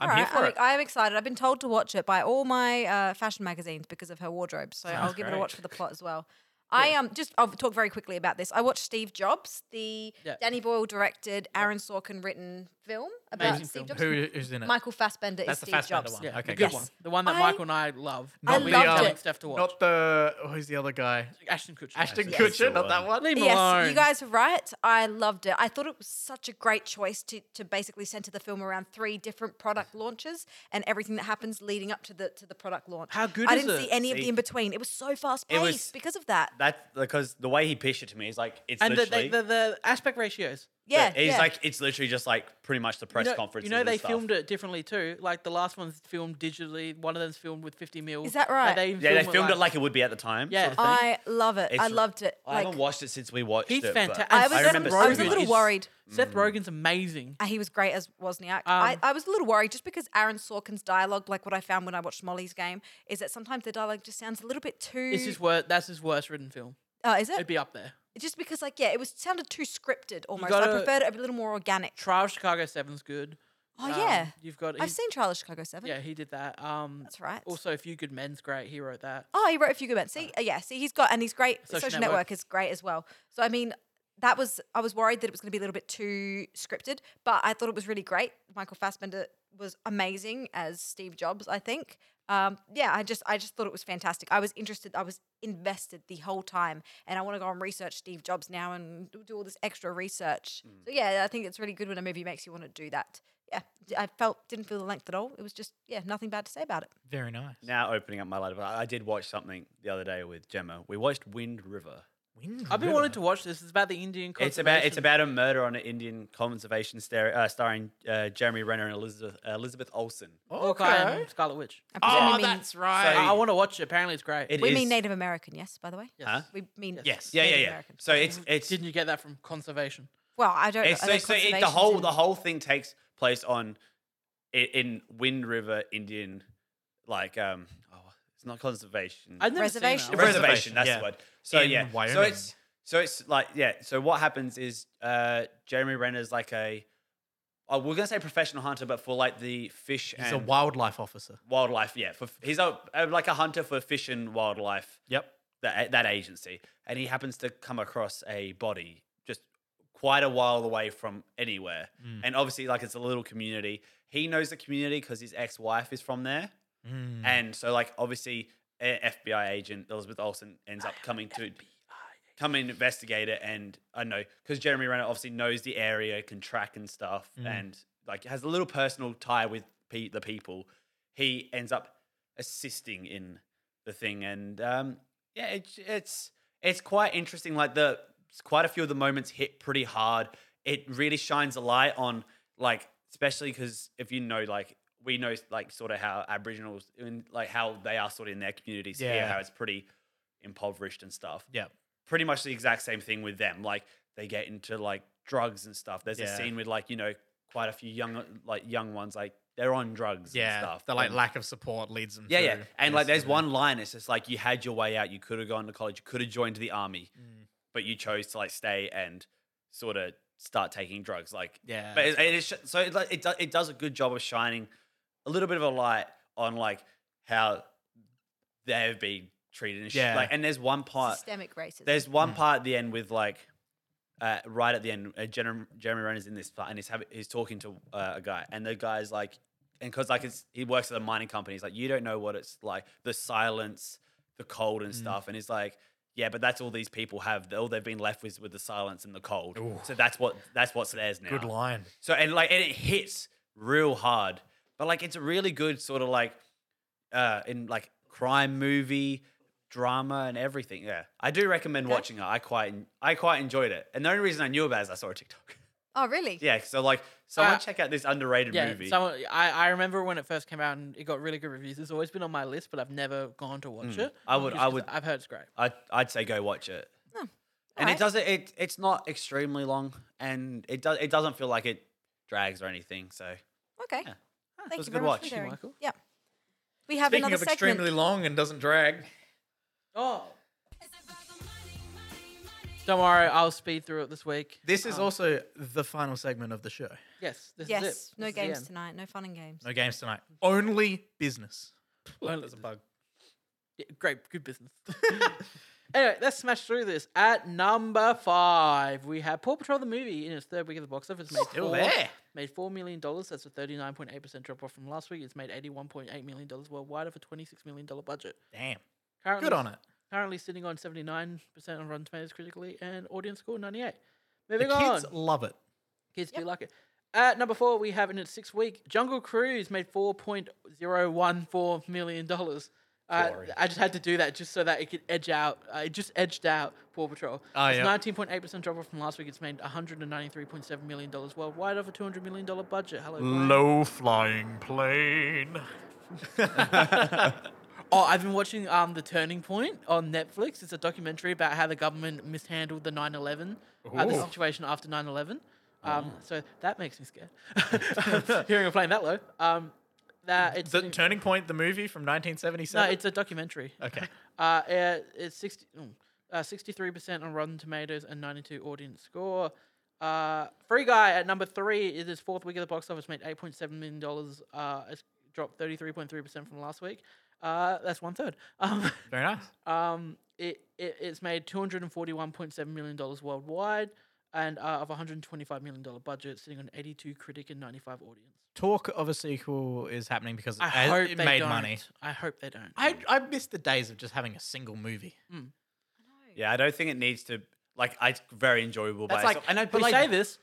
All
I'm here
right,
for
I'm,
it.
I'm excited. I've been told to watch it by all my uh, fashion magazines because of her wardrobe, so I'll give it a watch for the plot as well. I um just I'll talk very quickly about this. I watched Steve Jobs, the
Yeah.
Danny Boyle directed, Aaron Sorkin written film about
Amazing
Steve
film.
Jobs.
Who, who's in it?
Michael Fassbender
That's
is
the
Steve
Fassbender
Jobs.
one.
Yeah,
Okay,
the
good
good
one.
one. The one that
I-
Michael and I love.
Not
that we
the,
keep
um,
telling Steph to watch.
Not the who's the other guy?
Ashton Kutcher.
Ashton
Yes.
Kutcher. Not that one.
Leave him alone.
Yes, you guys were right. I loved it. I thought it was such a great choice to to basically center the film around three different product launches and everything that happens leading up to the to the product launch.
How good
I
is
didn't see
it?
any of
See?
the in between. It was so fast
It
paced
was-
because of that.
That's because the way he pitched it to me is like it's
and the,
literally
the, the, the aspect ratios.
Yeah,
It's
yeah.
like it's literally just like pretty much the press
you know,
conference.
You know they filmed it differently too. Like the last one's filmed digitally. One of them's filmed with 50 mil.
Is
Like,
that right?
they even
Yeah, they
film
filmed it like it would be at the time.
Yeah.
sort of thing.
I love it. I
It's-
loved it.
I
Like
haven't watched it since we watched
He's
it. but
fantastic.
I was,
I
I,
remember
I was a
Rogan
little
is-
worried.
Mm-hmm.
Seth Rogan's amazing.
Uh, He was great as Wozniak. I,
Um,
I was a little worried just because Aaron Sorkin's dialogue, like what I found when I watched Molly's game, is that sometimes the dialogue just sounds a little bit too.
It's his wor- That's his worst written film.
uh, is it?
It'd be up there.
just because, like, yeah, it was sounded too scripted almost.
gotta-
I preferred it a little more organic.
Trial of Chicago Seven's good.
Oh
Um,
yeah,
you've got.
I've
he-
seen Trial of Chicago Seven.
Yeah, he did that. Um,
That's right.
Also, Few Good Men's great. He wrote that.
Oh, he wrote a few good ones. See, uh, yeah, see, he's got, and he's great.
Social
Social,
Network.
network. is great as well. So, I mean, that was, I was worried that it was going to be a little bit too scripted, but I thought it was really great. Michael Fassbender was amazing as Steve Jobs, I think. Um, yeah, I just, I just thought it was fantastic. I was interested, I was invested the whole time, and I want to go and research Steve Jobs now and do all this extra research. So, yeah, I think it's really good when a movie makes you want to do that. Yeah, I felt didn't feel the length at all. It was just, yeah, nothing bad to say about it.
Very nice.
Now opening up my ladder, but I I did watch something the other day with Gemma. We watched Wind River.
Wind
I've been
River.
wanting to watch this. It's about the Indian.
It's about it's
conservation.
about a murder on an Indian conservation star, uh, starring uh, Jeremy Renner and Elizabeth Elizabeth Olsen.
Hawkeye and Scarlet Witch.
I presume you
Oh,
mean-
that's
I,
right.
So-
I want to watch it. Apparently, it's great.
It
We
is-
mean Native American, yes, by the way.
Yes.
Huh?
We mean
Yes.
Yeah, yeah,
Native
yeah.
American.
So it's it's
Didn't you get that from conservation?
Well, I don't
It's
know.
so,
I
so
know
it, the whole
conservation's
the whole thing takes place on in, in Wind River Indian, like um, oh, it's not conservation.
I've never Seen
Reservation.
that.
Oh, reservation,
Reservation,
That's
yeah.
the word. So
In
yeah, so
Wyoming.
it's so it's like yeah. So what happens is uh, Jeremy Renner's like a oh, we're gonna say professional hunter, but for like the fish
He's
and
a wildlife officer.
wildlife. Yeah, for f- he's a, uh, like a hunter for fish and wildlife.
Yep.
That that agency, and he happens to come across a body just quite a while away from anywhere.
Mm.
And obviously, like it's a little community. He knows the community because his ex-wife is from there,
Mm.
and so like obviously, a FBI agent Elizabeth Olsen ends up coming to come and investigate it. And I know because Jeremy Renner obviously knows the area, can track and stuff, and like has a little personal tie with pe- the people. He ends up assisting in the thing, and um, yeah, it's it's it's quite interesting. Like the s- quite a few of the moments hit pretty hard. It really shines a light on like especially because if you know like we know like sort of how Aboriginals and like how they are sort of in their communities here,
Yeah.
how it's pretty impoverished and stuff
Yep.
pretty much the exact same thing with them. Like they get into like drugs and stuff. There's a
Yeah.
scene with like you know quite a few young like young ones like they're on drugs
Yeah.
and stuff.
The like
And-
lack of support leads them.
yeah, yeah,
through
and like
this,
there's one line. It's just like you had your way out. You could have gone to college. You could have joined the army, but you chose to like stay and sort of start taking drugs. Like
Yeah.
but it, it is, sh- so it, like, it, do, it does a good job of shining a little bit of a light on like how they've been treated. And yeah,
Yeah.
like, and there's one part
Systemic racism.
there's one part at the end with like, uh, right at the end, uh, Jeremy, Jeremy Renner's in this part and he's, having, he's talking to uh, a guy, and the guy's like, and because like it's, he works at a mining company, he's like, you don't know what it's like, the silence, the cold and stuff, and he's like, yeah, but that's all these people have. All they've been left with with the silence and the cold. So that's what that's what's theirs now.
Good line.
So and like and it hits real hard, but like it's a really good sort of like uh in like crime movie drama and everything. Yeah, I do recommend watching it. I quite I quite enjoyed it, and the only reason I knew about it is I saw a TikTok.
oh, really?
yeah, so like someone
Uh,
check out this underrated
Yeah,
movie.
someone I, I remember when it first came out and it got really good reviews. It's always been on my list, but I've never gone to watch it.
Hmm. I would-
just
I
'cause
would-
I've heard it's great.
I I'd say go watch it.
Hmm.
and
alright.
it doesn't it it's not extremely long, and it does it doesn't feel like it drags or anything. So
Okay. Thank
was a good
you very much
watch.
for sharing.
Michael.
Yeah. We have
Speaking
another
of
segment.
extremely long and doesn't drag.
Oh. Don't worry, I'll speed through it this week.
This is also the final segment of the show.
Yes, this
yes.
is it.
No
This is the
games
end.
tonight. No fun and games.
No games tonight. Only business.
Only
That's Oh. a bug.
Yeah, great, good business. anyway, let's smash through this. At number five, we have Paw Patrol the movie in its third week at the box office. Made
Still
four,
there.
Made four million dollars. That's a thirty-nine point eight percent drop off from last week. It's made eighty-one point eight million dollars worldwide of a twenty-six million dollar budget.
Damn.
Currently,
Good on it.
Currently sitting on seventy-nine percent on Rotten Tomatoes critically and audience score ninety-eight.
The
Moving on,
kids love it.
kids do like it. At number four, we have in its sixth week, Jungle Cruise made four point zero one four million dollars. Uh,
Glory.
I just had to do that just so that it could edge out. Uh, it just edged out Paw Patrol.
Ah,
it's
yeah.
19.8% drop off from last week. It's made $193.7 million worldwide off a $200 million budget. Hello. Brian.
Low flying plane.
Oh, I've been watching um, The Turning Point on Netflix. It's a documentary about how the government mishandled the 9 11, uh, the
Ooh.
situation after 9 11. Um, So that makes me scared. Hearing a plane that low. Um, that it's,
The Turning Point, the movie from
no,
1977.
it's a documentary.
okay.
Uh, it, it's 60, mm, uh, 63% on Rotten Tomatoes and 92 audience score. Uh, Free Guy at number three is his fourth week at the box office, made $8.7 million. Uh, it's dropped 33.3% from last week. Uh, that's one third. Um,
Very nice.
um, it, it, it's made $241.7 million worldwide and uh, of $125 million budget, sitting on 82 critic and 95 audience.
Talk of a sequel is happening because it,
I hope
it
they
made
don't.
money.
I hope they don't.
I, I miss the days of just having a single movie.
Mm.
Yeah, I don't think it needs to. Like, I- it's very enjoyable.
That's
by
like-
itself.
and I- but
we
like-
say this.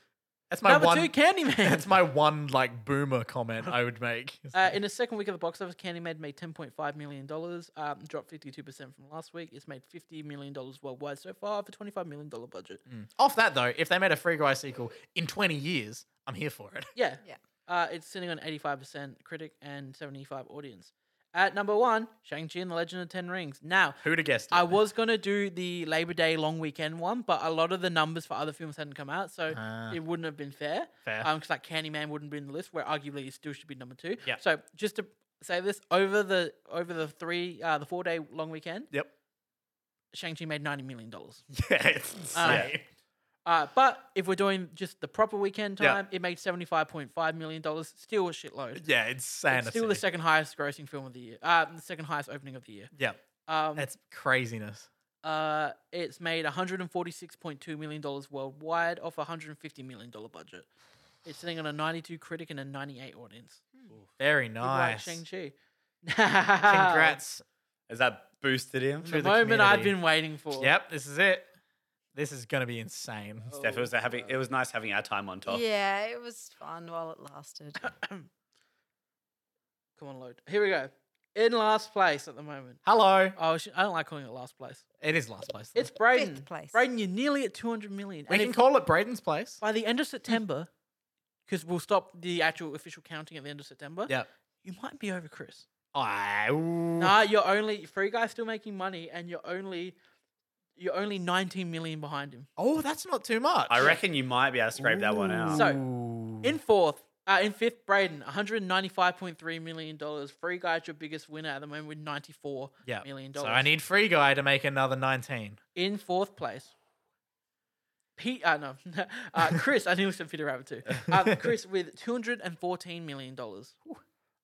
That's my
Number
one.
two, Candyman.
That's my one like boomer comment I would make.
Uh, in the second week of the box office, Candyman made ten point five million dollars, um, dropped fifty two percent from last week. It's made fifty million dollars worldwide so far for twenty five million dollar budget.
Off that though, if they made a Free Guy sequel in 20 years, I'm here for it.
Yeah,
Yeah.
Uh, it's sitting on eighty five percent critic and seventy five audience. At number one, Shang Chi and the Legend of Ten Rings. Now,
Who'd have guessed? It?
I was gonna do the Labor Day long weekend one, but a lot of the numbers for other films hadn't come out, so
Ah.
it wouldn't have been fair.
Fair.
Because like Candyman wouldn't be in the list, where arguably it still should be number two.
Yep.
So just to say this, over the over the three uh, the four day long weekend,
Yep.
Shang Chi made ninety million dollars.
Yeah, it's insane.
Uh, but if we're doing just the proper weekend
Yeah.
time, it made seventy five point five million dollars. Still a shitload.
yeah, it's sanity.
Still the second highest grossing film of the year. Uh, the second highest opening of the year.
yeah,
Um,
that's craziness.
Uh, it's made $146.2 million worldwide off a $150 million budget. It's sitting on a 92 critic and a 98 audience.
Very
People like
nice.
Shang-Chi.
Congrats.
Has that boosted him?
True.
The,
to the
moment I've
community.
been waiting for. Oh,
Yep, this is it. This is gonna be insane.
Steph, it was, having, it was nice having our time on top.
Yeah, it was fun while it lasted.
Come on, load. Here we go. In last place at the moment.
Hello.
Oh, sh- I don't like calling it last place.
It is last place. though.
It's Braden.
place.
Braden, you're nearly at 200 million.
we
and
can
if-
call it Braden's place.
by the end of September, because we'll stop the actual official counting at the end of September,
Yep.
you might be over Chris.
I,
Nah, you're only free guy still making money, and you're only you're only 19 million behind him.
oh, that's not too much.
I reckon you might be able to scrape that one out.
So-
Ooh.
In fourth, uh, in fifth, Braden, 195.3 million dollars. Free guy's your biggest winner at the moment with 94
yeah.
million
So
dollars.
I need Free Guy to make another 19.
in fourth place. Pete, uh, no, uh, Chris. I knew it was from Peter Rabbit too. Um, Chris with 214 million dollars.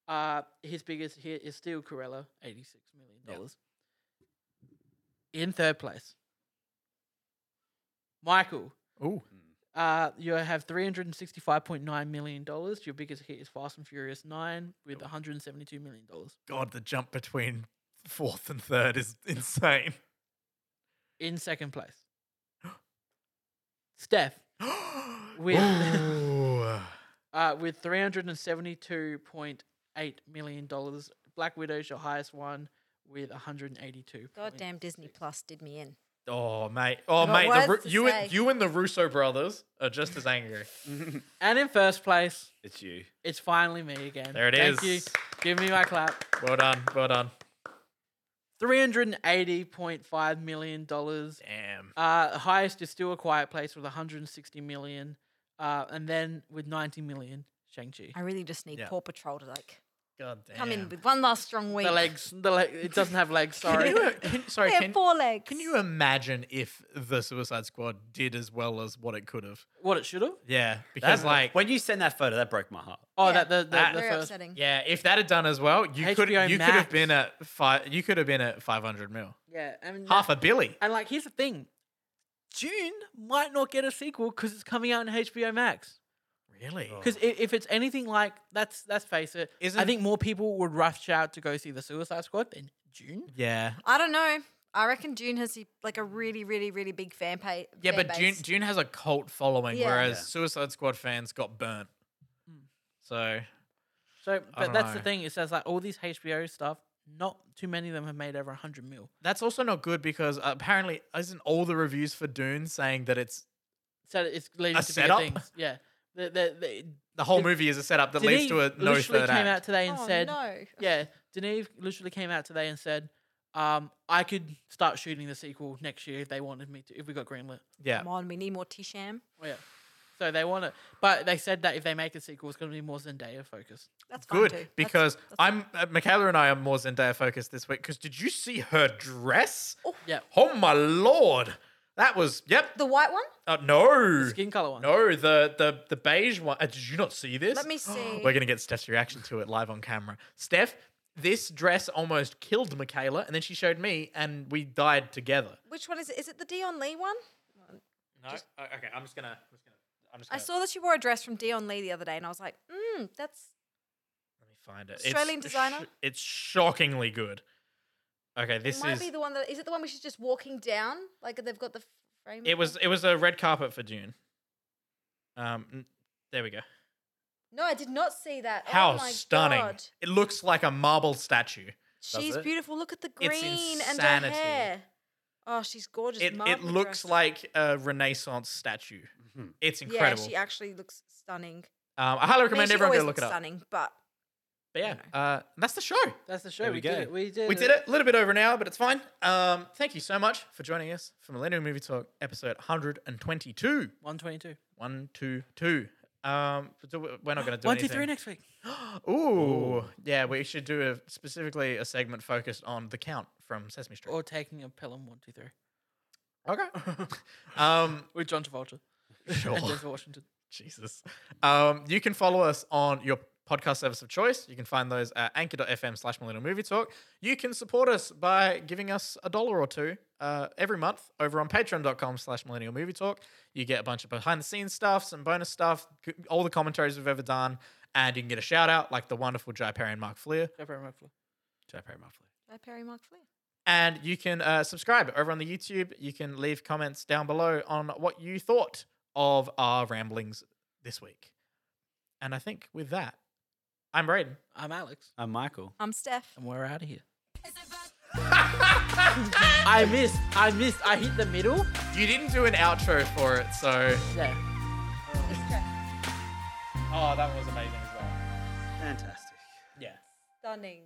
Uh, his biggest hit is still Corella, 86 million dollars. In third place, Michael.
Ooh.
Uh, you have three hundred and sixty-five point nine million dollars. Your biggest hit is Fast and Furious Nine with one hundred and seventy-two million dollars.
God, the jump between fourth and third is insane.
In second place, Steph with
Ooh.
uh, with three hundred and seventy-two point eight million dollars. Black Widow's your highest one with one hundred and eighty-two.
Goddamn Disney Plus did me in.
Oh mate, oh
I've got
mate, the,
words
Ru-
to
you and
say.
you and the Russo brothers are just as angry.
And in first place,
It's you.
it's finally me again.
There it
Thank
is.
you. Give me my clap.
well done, well done.
Three hundred and eighty point five million dollars.
Damn.
Uh, highest is still a quiet place with 160 million, uh, and then with 90 million, Shang Chi.
I really just need
Yeah.
Paw Patrol to like
God damn.
come in with one last strong week.
The legs, the leg, it doesn't have legs.
Can
Sorry.
you, uh, can, sorry,
Yeah,
can,
four legs.
can you imagine if the Suicide Squad did as well as what it could have?
what it should have?
Yeah, because like,
when you sent that photo, that broke my heart.
Oh,
Yeah. Ah.
that the, the,
That-
the
Very
first.
upsetting.
yeah, if that had done as well, you could
HBO
you could have
Max.
been at five. You could have been at five hundred mil,
Yeah, I mean,
half a billy.
and like here's the thing, June might not get a sequel because it's coming out on HBO Max.
Really?
Because if it's anything like that's, let's face it, I
Oh. Isn't-
think more people would rush out to go see the Suicide Squad than June.
Yeah.
I don't know. I reckon June has like a really, really, really big fan page.
Yeah, but June June has a cult following,
Yeah.
whereas
Yeah.
Suicide Squad fans got burnt. So
So, but
don't
that's the
know.
thing. It says like all these HBO stuff not too many of them have made over 100 mil.
That's also not good because apparently isn't all the reviews for Dune saying that it's
So it's leading to bigger
setup?
things. Yeah. The, the, the,
the whole
Did-
movie is a setup that
Denis
leads to a no
literally
third
came
act.
out today and
oh
said,
no.
yeah, Deneve literally came out today and said, um, I could start shooting the sequel next year if they wanted me to, if we got greenlit.
yeah.
Come on, we need more Tisham.
Oh, yeah. So they want it. But they said that if they make a sequel, it's going to be more Zendaya focused.
That's fine too.
Good
That's-
because
that's-
I'm uh, Michaela and I are more Zendaya focused this week. Because did you see her dress? Oh.
Yeah.
my lord, that was yep.
the white one.
Uh, no,
Skin color one.
no, the the the beige one. Uh, did you not see this?
Let me see.
We're gonna get Steph's reaction to it live on camera. Steph, this dress almost killed Michaela, and then she showed me, and we died together.
Which one is it? Is it the Dion Lee one?
No, okay, I'm just gonna. I'm just
I saw that she wore a dress from Dion Lee the other day, and I was like, mm, that's
Let me find it.
Australian
it's, sh-
designer?
It's shockingly good. Okay, this
might
is.
be the one that is it the one where she's just walking down like they've got the f- frame.
It was it was a red carpet for June. Um, n- there we go.
No, I did not see that.
How
oh my
stunning!
God.
It looks like a marble statue.
She's
it?
beautiful. Look at the green and her
insanity.
hair. Oh, she's gorgeous.
It it
Marvel
looks
dress.
like a Renaissance statue.
Mhm.
It's
yeah,
incredible.
she actually looks stunning.
um, I highly
I mean,
recommend
she
everyone
always
go look it
looks
up.
stunning, but
But yeah,
you know.
uh, that's the show.
That's the show.
There
We,
we
did
go.
it. We did
We did it a little bit over an hour, but it's fine. Um, thank you so much for joining us for Millennial Movie Talk episode 122.
122.
One, two, two. Um, so we- we're not going to do
One, two,
anything.
three next week.
Ooh. yeah. We should do a, specifically a segment focused on the count from Sesame Street.
Or taking a Pelham 123
Okay. um,
with John Travolta
sure.
and Denzel Washington.
Jesus. Um, you can follow us on your podcast service of choice. You can find those at anchor.fm slash millennial movie talk. You can support us by giving us a dollar or two uh, every month over on patreon.com slash millennial movie talk. You get a bunch of behind the scenes stuff, some bonus stuff, c- all the commentaries we've ever done, and you can get a shout out like the wonderful Jai Perry and Mark Fleer.
Go for it, Mark Flew.
Jai Perry Muffley.
By Perry Mark Flair.
And you can uh, subscribe over on the YouTube. You can leave comments down below on what you thought of our ramblings this week. And I think with that, I'm Braden.
I'm Alex,
I'm Uh, Michael.
I'm Steph.
and we're out of here. I missed. I missed. I hit the middle.
You didn't do an outro for it, so.
Yeah.
Oh, that was amazing as well.
Fantastic.
Yeah.
Stunning.